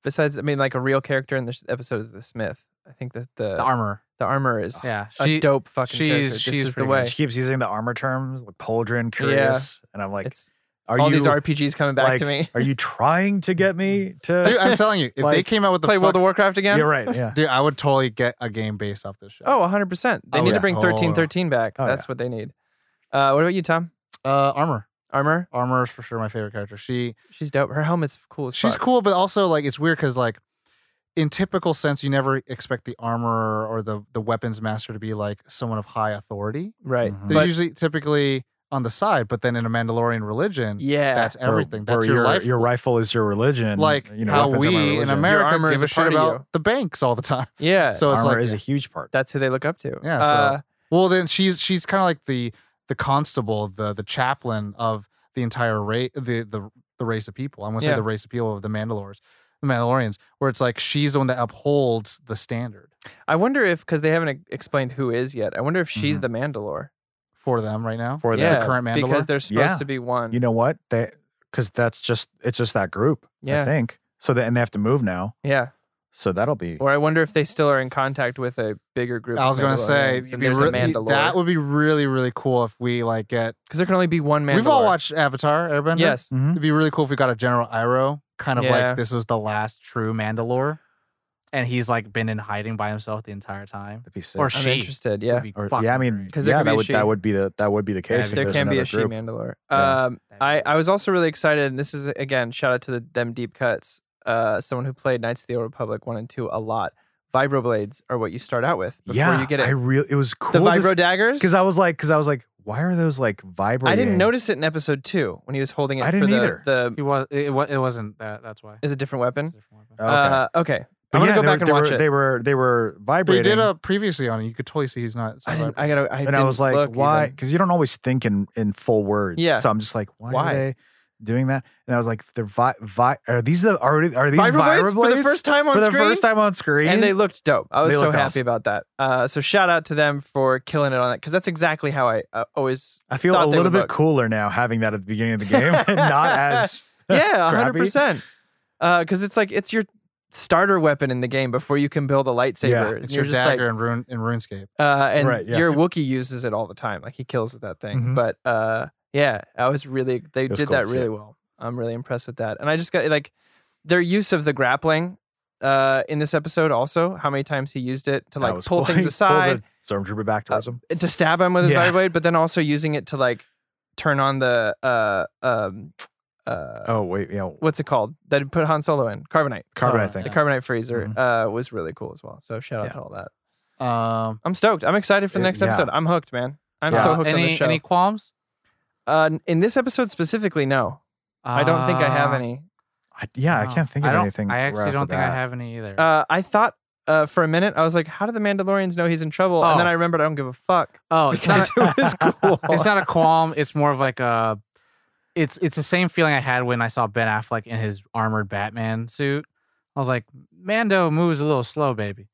Speaker 3: besides, I mean, like a real character in this episode is the Smith. I think that the
Speaker 5: the
Speaker 2: *sighs*
Speaker 5: armor.
Speaker 3: the armor is
Speaker 5: Yeah,
Speaker 3: a
Speaker 5: she,
Speaker 3: *laughs* dope fucking.
Speaker 5: she's-
Speaker 3: character. This
Speaker 5: she's
Speaker 3: is the
Speaker 5: pretty
Speaker 3: way.
Speaker 5: good.
Speaker 4: she keeps using the armor terms like Pauldron, Curious, and I'm like,
Speaker 3: it's
Speaker 4: are
Speaker 3: all
Speaker 4: you
Speaker 3: these RPGs coming back to
Speaker 4: like,
Speaker 3: me.
Speaker 4: are you trying to
Speaker 3: *laughs*
Speaker 4: get me to?
Speaker 2: Dude,
Speaker 4: *laughs*
Speaker 2: I'm telling you, if they
Speaker 4: Like,
Speaker 2: came out with the
Speaker 3: Play World
Speaker 2: fuck-
Speaker 3: of Warcraft again?
Speaker 4: You're
Speaker 3: *laughs*
Speaker 4: right. Yeah.
Speaker 2: dude, I would totally get a game based off this shit.
Speaker 3: Oh, 100. percent They
Speaker 5: Oh,
Speaker 3: need
Speaker 5: yeah.
Speaker 3: to bring
Speaker 5: Oh,
Speaker 3: 1313 back.
Speaker 4: Oh,
Speaker 3: That's what they need. Uh, what about you, Tom?
Speaker 2: uh, armor,
Speaker 3: Armor?
Speaker 2: armor is for sure my favorite character. She
Speaker 3: She's dope. Her helmet's cool. As
Speaker 2: she's
Speaker 3: fuck.
Speaker 2: cool, but also like it's weird because like in typical sense, you never expect the armor or the the weapons master to be like someone of high authority.
Speaker 3: right?
Speaker 4: Mhm.
Speaker 2: They're
Speaker 3: But
Speaker 2: usually typically on the side, but then in a Mandalorian religion,
Speaker 3: yeah,
Speaker 2: that's
Speaker 4: Where-
Speaker 2: everything.
Speaker 4: where
Speaker 2: that's your,
Speaker 4: your
Speaker 2: life.
Speaker 4: Your rifle is your religion.
Speaker 2: like
Speaker 4: you know,
Speaker 2: how
Speaker 4: weapons are my
Speaker 2: we in
Speaker 4: religion.
Speaker 2: America
Speaker 3: armor
Speaker 2: give
Speaker 3: is
Speaker 2: a,
Speaker 3: a
Speaker 2: shit
Speaker 3: part of
Speaker 2: about
Speaker 3: you.
Speaker 2: the banks all the time.
Speaker 3: yeah.
Speaker 2: So it's
Speaker 4: armor
Speaker 2: like
Speaker 4: is a huge part.
Speaker 3: that's who they look up to.
Speaker 2: Yeah, so-
Speaker 3: Uh,
Speaker 2: Well, then she's she's kind of like the the constable, the the chaplain of the entire race, the the the race of people. I'm gonna say
Speaker 3: Yeah.
Speaker 2: the race of people of the Mandalores, the Mandalorians, where it's like she's the one that upholds the standard
Speaker 3: I wonder if because they haven't e- explained who is yet. I wonder if she's
Speaker 4: Mhm.
Speaker 3: the Mandalore.
Speaker 2: for them right now.
Speaker 4: for
Speaker 3: yeah,
Speaker 4: that.
Speaker 2: current Mandalore?
Speaker 3: because they're supposed
Speaker 4: Yeah.
Speaker 3: to be one.
Speaker 4: You know what? They because that's just it's just that group. I
Speaker 3: Yeah.
Speaker 4: think so. That and they have to move now.
Speaker 3: yeah.
Speaker 4: So that'll *laughs* be
Speaker 3: Or I wonder if they still are in contact with a bigger group.
Speaker 2: I was gonna say it'd be re- that
Speaker 3: because
Speaker 2: would be really really cool if we like get.
Speaker 3: there can only be one Mandalore.
Speaker 2: We've all watched Avatar Airbender.
Speaker 3: Yes. *laughs*
Speaker 4: Mhm.
Speaker 2: it'd be really cool if we got a General Iroh, kind of
Speaker 3: Yeah.
Speaker 2: like
Speaker 5: This was the last true Mandalore, and he's like been in hiding by himself the entire time.
Speaker 4: that'd be sick.
Speaker 5: Or
Speaker 3: I'm
Speaker 5: she. would
Speaker 3: interested. Yeah.
Speaker 5: be
Speaker 4: Or-
Speaker 5: fucking
Speaker 4: yeah, I mean,
Speaker 5: great.
Speaker 3: 'Cause there
Speaker 4: yeah,
Speaker 3: could be
Speaker 4: that
Speaker 3: a
Speaker 4: would
Speaker 3: she.
Speaker 4: that would be the that would be the case.
Speaker 5: if
Speaker 4: if
Speaker 3: there
Speaker 4: there's
Speaker 3: can be
Speaker 4: another
Speaker 3: a she
Speaker 4: group.
Speaker 3: Mandalore.
Speaker 4: Yeah.
Speaker 3: Um, I, I was also really excited, and this is again shout out to the them deep cuts. Uh, someone who played Knights of the Old Republic one and two a lot. Vibroblades are what you start out with before
Speaker 4: yeah,
Speaker 3: you get it.
Speaker 4: I really it was cool.
Speaker 3: the
Speaker 4: to s-
Speaker 3: vibro daggers.
Speaker 4: Because I was like, because I was like, why are those like vibrating?
Speaker 3: I didn't notice it in episode two when he was holding it.
Speaker 4: I didn't
Speaker 3: for the,
Speaker 4: either.
Speaker 3: The
Speaker 5: He was. It, wa- it wasn't that. That's why.
Speaker 3: is a different weapon.
Speaker 5: It's a different weapon.
Speaker 4: Okay. Oh,
Speaker 3: Uh, okay. I'm
Speaker 4: yeah,
Speaker 3: gonna go back
Speaker 4: they were-
Speaker 3: and
Speaker 4: they
Speaker 3: watch
Speaker 4: were,
Speaker 3: it.
Speaker 4: They were they uh, were
Speaker 2: They
Speaker 4: vibrating.
Speaker 2: did a previously on it. You could totally see he's not. it's
Speaker 3: I
Speaker 2: not
Speaker 3: didn't.
Speaker 2: that-
Speaker 3: I gotta. I
Speaker 4: and I was
Speaker 3: didn't
Speaker 4: like,
Speaker 3: look
Speaker 4: why?
Speaker 3: even.
Speaker 4: Because you don't always think in in full words.
Speaker 3: Yeah.
Speaker 4: So I'm just like, why?
Speaker 3: Why?
Speaker 4: Are they doing that? And I was like, they're vi- vi- are these the already are these
Speaker 3: Vibroblades for the
Speaker 4: vibroblades?
Speaker 3: first time on
Speaker 4: for the
Speaker 3: screen.
Speaker 4: first time on screen?
Speaker 3: and they looked dope. I was
Speaker 4: They
Speaker 3: so
Speaker 4: looked
Speaker 3: happy
Speaker 4: awesome.
Speaker 3: about that. Uh, so shout out to them for killing it on that because that's exactly how I uh,
Speaker 4: *laughs*
Speaker 3: always.
Speaker 4: I feel a
Speaker 3: thought they
Speaker 4: little
Speaker 3: would
Speaker 4: bit
Speaker 3: look.
Speaker 4: cooler now having that at the beginning of the game, *laughs* and not
Speaker 3: *laughs*
Speaker 4: as
Speaker 3: Yeah, hundred
Speaker 4: Crappy.
Speaker 3: percent. Because it's like it's your starter weapon in the game before you can build a lightsaber.
Speaker 4: Yeah.
Speaker 3: And
Speaker 2: It's
Speaker 3: you're
Speaker 2: your
Speaker 3: just like,
Speaker 2: dagger in Rune in RuneScape.
Speaker 3: uh, and
Speaker 4: Right, yeah.
Speaker 3: your Wookiee uses it all the time. Like he kills with that thing.
Speaker 4: Mhm.
Speaker 3: But uh, yeah, I was really they
Speaker 4: It was
Speaker 3: did
Speaker 4: cool
Speaker 3: that
Speaker 4: to see.
Speaker 3: really well. I'm really impressed with that. And I just got like their use of the grappling uh, in this episode. Also, how many times he used it to
Speaker 4: That
Speaker 3: like
Speaker 4: was
Speaker 3: pull
Speaker 4: *laughs* cool.
Speaker 3: things
Speaker 4: He
Speaker 3: aside, Uh,
Speaker 4: Pulled the stormtrooper back towards him.
Speaker 3: to stab him with his
Speaker 4: Yeah.
Speaker 3: vibroblade, but then also using it to like turn on the uh, um, uh,
Speaker 4: Oh wait, yeah,
Speaker 3: what's it called that it put Han Solo in carbonite.
Speaker 4: carbon. I
Speaker 2: uh,
Speaker 4: think.
Speaker 3: The
Speaker 5: Yeah.
Speaker 3: carbonite freezer uh, was really cool as well. So shout out
Speaker 4: Mm-hmm. Yeah.
Speaker 3: to all that.
Speaker 5: Um,
Speaker 3: I'm stoked. I'm excited for the
Speaker 4: Uh,
Speaker 3: next
Speaker 4: yeah.
Speaker 3: episode. I'm hooked, man. I'm
Speaker 4: Yeah.
Speaker 3: so
Speaker 5: uh,
Speaker 3: hooked
Speaker 5: any
Speaker 3: on the show.
Speaker 5: any qualms?
Speaker 3: Uh, n- in this episode specifically, no, I don't think I
Speaker 4: Ah.
Speaker 3: have
Speaker 5: Uh,
Speaker 3: any.
Speaker 4: I, yeah, I
Speaker 5: no.
Speaker 4: can't think
Speaker 5: I
Speaker 4: of
Speaker 5: don't-
Speaker 4: anything.
Speaker 5: I actually
Speaker 4: right off
Speaker 5: don't
Speaker 4: the
Speaker 5: think I
Speaker 4: bat.
Speaker 5: have any either.
Speaker 3: Uh, I thought uh, for a minute I was like, "How do the Mandalorians know he's in trouble?"
Speaker 5: Oh.
Speaker 3: And then I remembered I don't give a fuck
Speaker 5: oh,
Speaker 3: *laughs*
Speaker 5: it's not,
Speaker 3: because Oh. it was
Speaker 4: *laughs*
Speaker 3: cool.
Speaker 5: it's
Speaker 3: *laughs*
Speaker 5: not a qualm. It's more of like a. It's it's the same feeling I had when I saw Ben Affleck in his armored Batman suit. I was like, Mando moves a little slow, baby.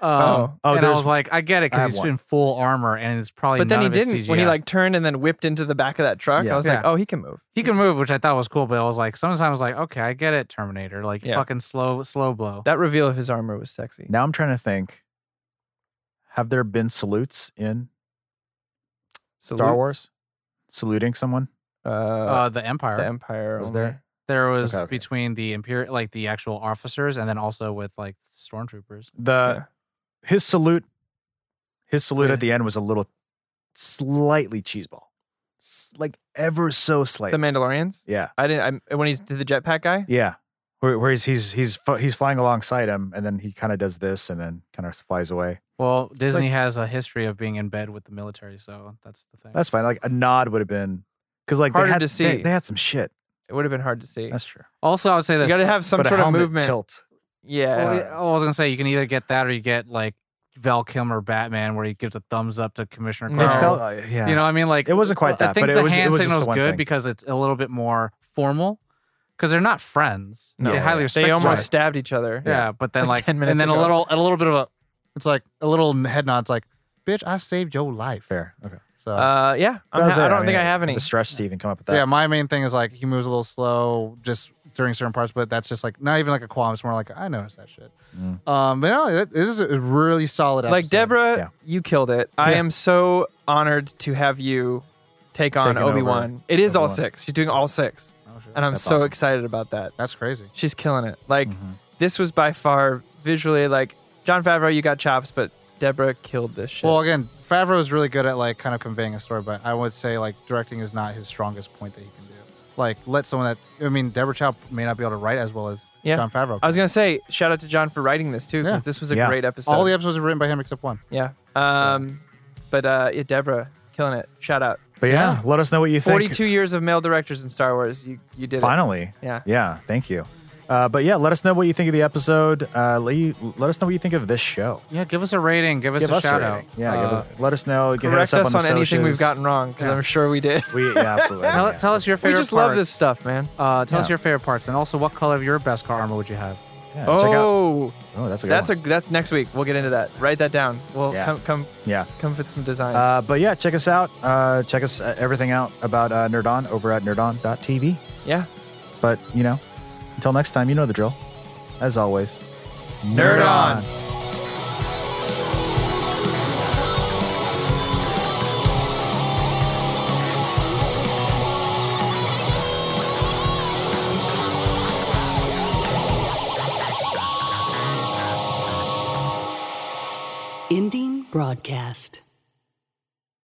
Speaker 5: Um,
Speaker 3: Oh.
Speaker 4: Oh,
Speaker 5: and I
Speaker 4: there's-
Speaker 5: was like, I get it
Speaker 4: I have
Speaker 5: because he's
Speaker 4: one.
Speaker 5: in full armor and it's probably.
Speaker 3: but then he
Speaker 5: none of it's
Speaker 3: didn't when he
Speaker 5: CGI.
Speaker 3: like turned and then whipped into the back of that truck.
Speaker 4: Yeah.
Speaker 3: I was like,
Speaker 5: Yeah.
Speaker 3: "Oh, he can move."
Speaker 5: he can move, which I thought was cool. But I was like, sometimes I was like, okay, I get it, Terminator. Like
Speaker 3: Yeah.
Speaker 5: fucking slow, slow blow.
Speaker 3: That reveal of his armor was sexy.
Speaker 4: Now I'm trying to think. Have there been salutes in Star
Speaker 3: Salutes.
Speaker 4: Wars? Saluting someone?
Speaker 3: Uh,
Speaker 5: uh, the Empire.
Speaker 3: the Empire
Speaker 4: was
Speaker 3: only.
Speaker 4: there?
Speaker 5: there was
Speaker 4: okay, okay.
Speaker 5: between the imperial, like the actual officers, and then also with like stormtroopers.
Speaker 4: The his salute his salute
Speaker 3: Yeah.
Speaker 4: at the end was a little slightly cheeseball. S- Like ever so
Speaker 3: The
Speaker 4: slightly.
Speaker 3: Mandalorians.
Speaker 4: yeah.
Speaker 3: I didn't. I, when he's to the jetpack guy.
Speaker 4: Yeah. Where, where he's he's he's fu- he's flying alongside him and then he kind of does this and then kind of flies away.
Speaker 5: Well, Disney has a history of being in bed with the military, so that's the thing.
Speaker 4: That's fine. Like a nod would have been cuz like they
Speaker 3: Harder
Speaker 4: had
Speaker 3: to
Speaker 4: they-
Speaker 3: see.
Speaker 4: They, had some shit.
Speaker 3: It would have been hard to see.
Speaker 4: That's true.
Speaker 5: also, I would say
Speaker 3: you
Speaker 5: this.
Speaker 3: got to have some
Speaker 4: But a
Speaker 3: sort of
Speaker 4: helmet
Speaker 3: movement.
Speaker 4: tilt.
Speaker 3: Yeah.
Speaker 5: Well, yeah, I was gonna say you can either get that or you get like Val Kilmer Batman, where he gives a thumbs up to Commissioner
Speaker 3: It
Speaker 4: It
Speaker 5: Carl.
Speaker 4: felt like- yeah.
Speaker 5: You know, what I mean, like
Speaker 4: It wasn't quite
Speaker 5: I
Speaker 4: that,
Speaker 5: think
Speaker 4: but it
Speaker 5: the
Speaker 4: was- it
Speaker 5: hand
Speaker 4: was just
Speaker 5: signal
Speaker 4: the one
Speaker 5: good
Speaker 4: thing.
Speaker 5: because it's a little bit more formal because they're not friends.
Speaker 3: No.
Speaker 5: they
Speaker 4: Yeah,
Speaker 5: highly
Speaker 4: yeah.
Speaker 5: respect.
Speaker 3: they
Speaker 5: each
Speaker 3: almost
Speaker 5: other.
Speaker 3: stabbed each other.
Speaker 5: yeah, but then
Speaker 3: Like
Speaker 5: like,
Speaker 3: 10 minutes
Speaker 5: and then a
Speaker 3: ago.
Speaker 5: little, a little bit of a, it's like a little head nod. It's like,
Speaker 2: bitch, I saved your life.
Speaker 4: Fair. Okay.
Speaker 2: So
Speaker 3: Uh, yeah, I'm
Speaker 4: That's
Speaker 3: ha-
Speaker 4: it.
Speaker 3: I don't think
Speaker 4: mean,
Speaker 3: I have any.
Speaker 4: The stress to even come up with that.
Speaker 2: yeah, my main thing is like he moves a little slow just during certain parts, but that's just like not even like a qualm. It's more like I noticed that shit.
Speaker 4: Mm.
Speaker 2: Um, but no, it- this is a really solid.
Speaker 3: Like
Speaker 2: episode.
Speaker 3: Deborah,
Speaker 4: Yeah.
Speaker 3: you killed it. I
Speaker 4: Yeah.
Speaker 3: am so honored to have you take on
Speaker 4: Taking over
Speaker 3: Obi Wan. It is all
Speaker 4: Obi-Wan.
Speaker 3: six. She's doing all six,
Speaker 2: Oh, shit.
Speaker 3: and I'm
Speaker 4: That's
Speaker 3: so
Speaker 4: awesome.
Speaker 3: excited about that.
Speaker 2: that's crazy.
Speaker 3: She's killing it. Like
Speaker 4: Mhm.
Speaker 3: this was by far visually like John Favreau. You got chops, but Deborah killed this shit.
Speaker 2: Well, again, Favreau is really good at like kind of conveying a story, but I would say like directing is not his strongest point that he can do. Like let someone that I mean, Deborah Chow may not be able to write as well as
Speaker 3: Yeah.
Speaker 2: John Favreau.
Speaker 3: I was gonna say shout out to John for writing this too, because
Speaker 2: Yeah.
Speaker 3: this was a
Speaker 4: Yeah.
Speaker 3: great episode.
Speaker 2: All the episodes are written by him except one.
Speaker 3: yeah. Um, but uh, yeah, Deborah killing it. Shout out.
Speaker 4: But yeah,
Speaker 2: Yeah.
Speaker 4: let us know what you think.
Speaker 3: Forty-two years of male directors in Star Wars. You you did it.
Speaker 4: Finally.
Speaker 3: Yeah.
Speaker 4: Yeah. Thank you. Uh, but yeah, let us know what you think of the episode. Uh, let, you, let us know what you think of this show.
Speaker 2: Yeah, give us a rating. Give us
Speaker 4: Give us a rating. Yeah. give
Speaker 2: Uh,
Speaker 4: it- let us know. Give
Speaker 3: Correct
Speaker 4: us up
Speaker 3: us
Speaker 4: on,
Speaker 3: on,
Speaker 4: the
Speaker 3: anything we've
Speaker 4: socials.
Speaker 3: gotten wrong, because
Speaker 2: Yeah.
Speaker 3: I'm sure we
Speaker 4: *laughs*
Speaker 3: did.
Speaker 4: We
Speaker 3: *laughs*
Speaker 4: yeah, absolutely.
Speaker 2: Tell,
Speaker 4: yeah.
Speaker 2: tell us your
Speaker 3: We
Speaker 2: favorite.
Speaker 3: just love
Speaker 2: parts.
Speaker 3: this stuff, man.
Speaker 2: Uh, tell
Speaker 4: Yeah.
Speaker 2: us your favorite parts, and also what color of your best car armor would you have?
Speaker 4: Yeah, check out-
Speaker 3: Oh,
Speaker 4: oh, that's a good
Speaker 3: that's
Speaker 4: one.
Speaker 3: a that's next week. We'll get into that. Write that down. Well,
Speaker 4: Yeah.
Speaker 3: come come
Speaker 4: yeah.
Speaker 3: come with some designs.
Speaker 4: Uh, but yeah, check us out. Uh, check us uh, everything out about uh, Nerdon over at nerdon.tv.
Speaker 3: yeah.
Speaker 4: But you know, until next time, you know the drill. As always,
Speaker 3: Nerd on.
Speaker 7: Ending broadcast.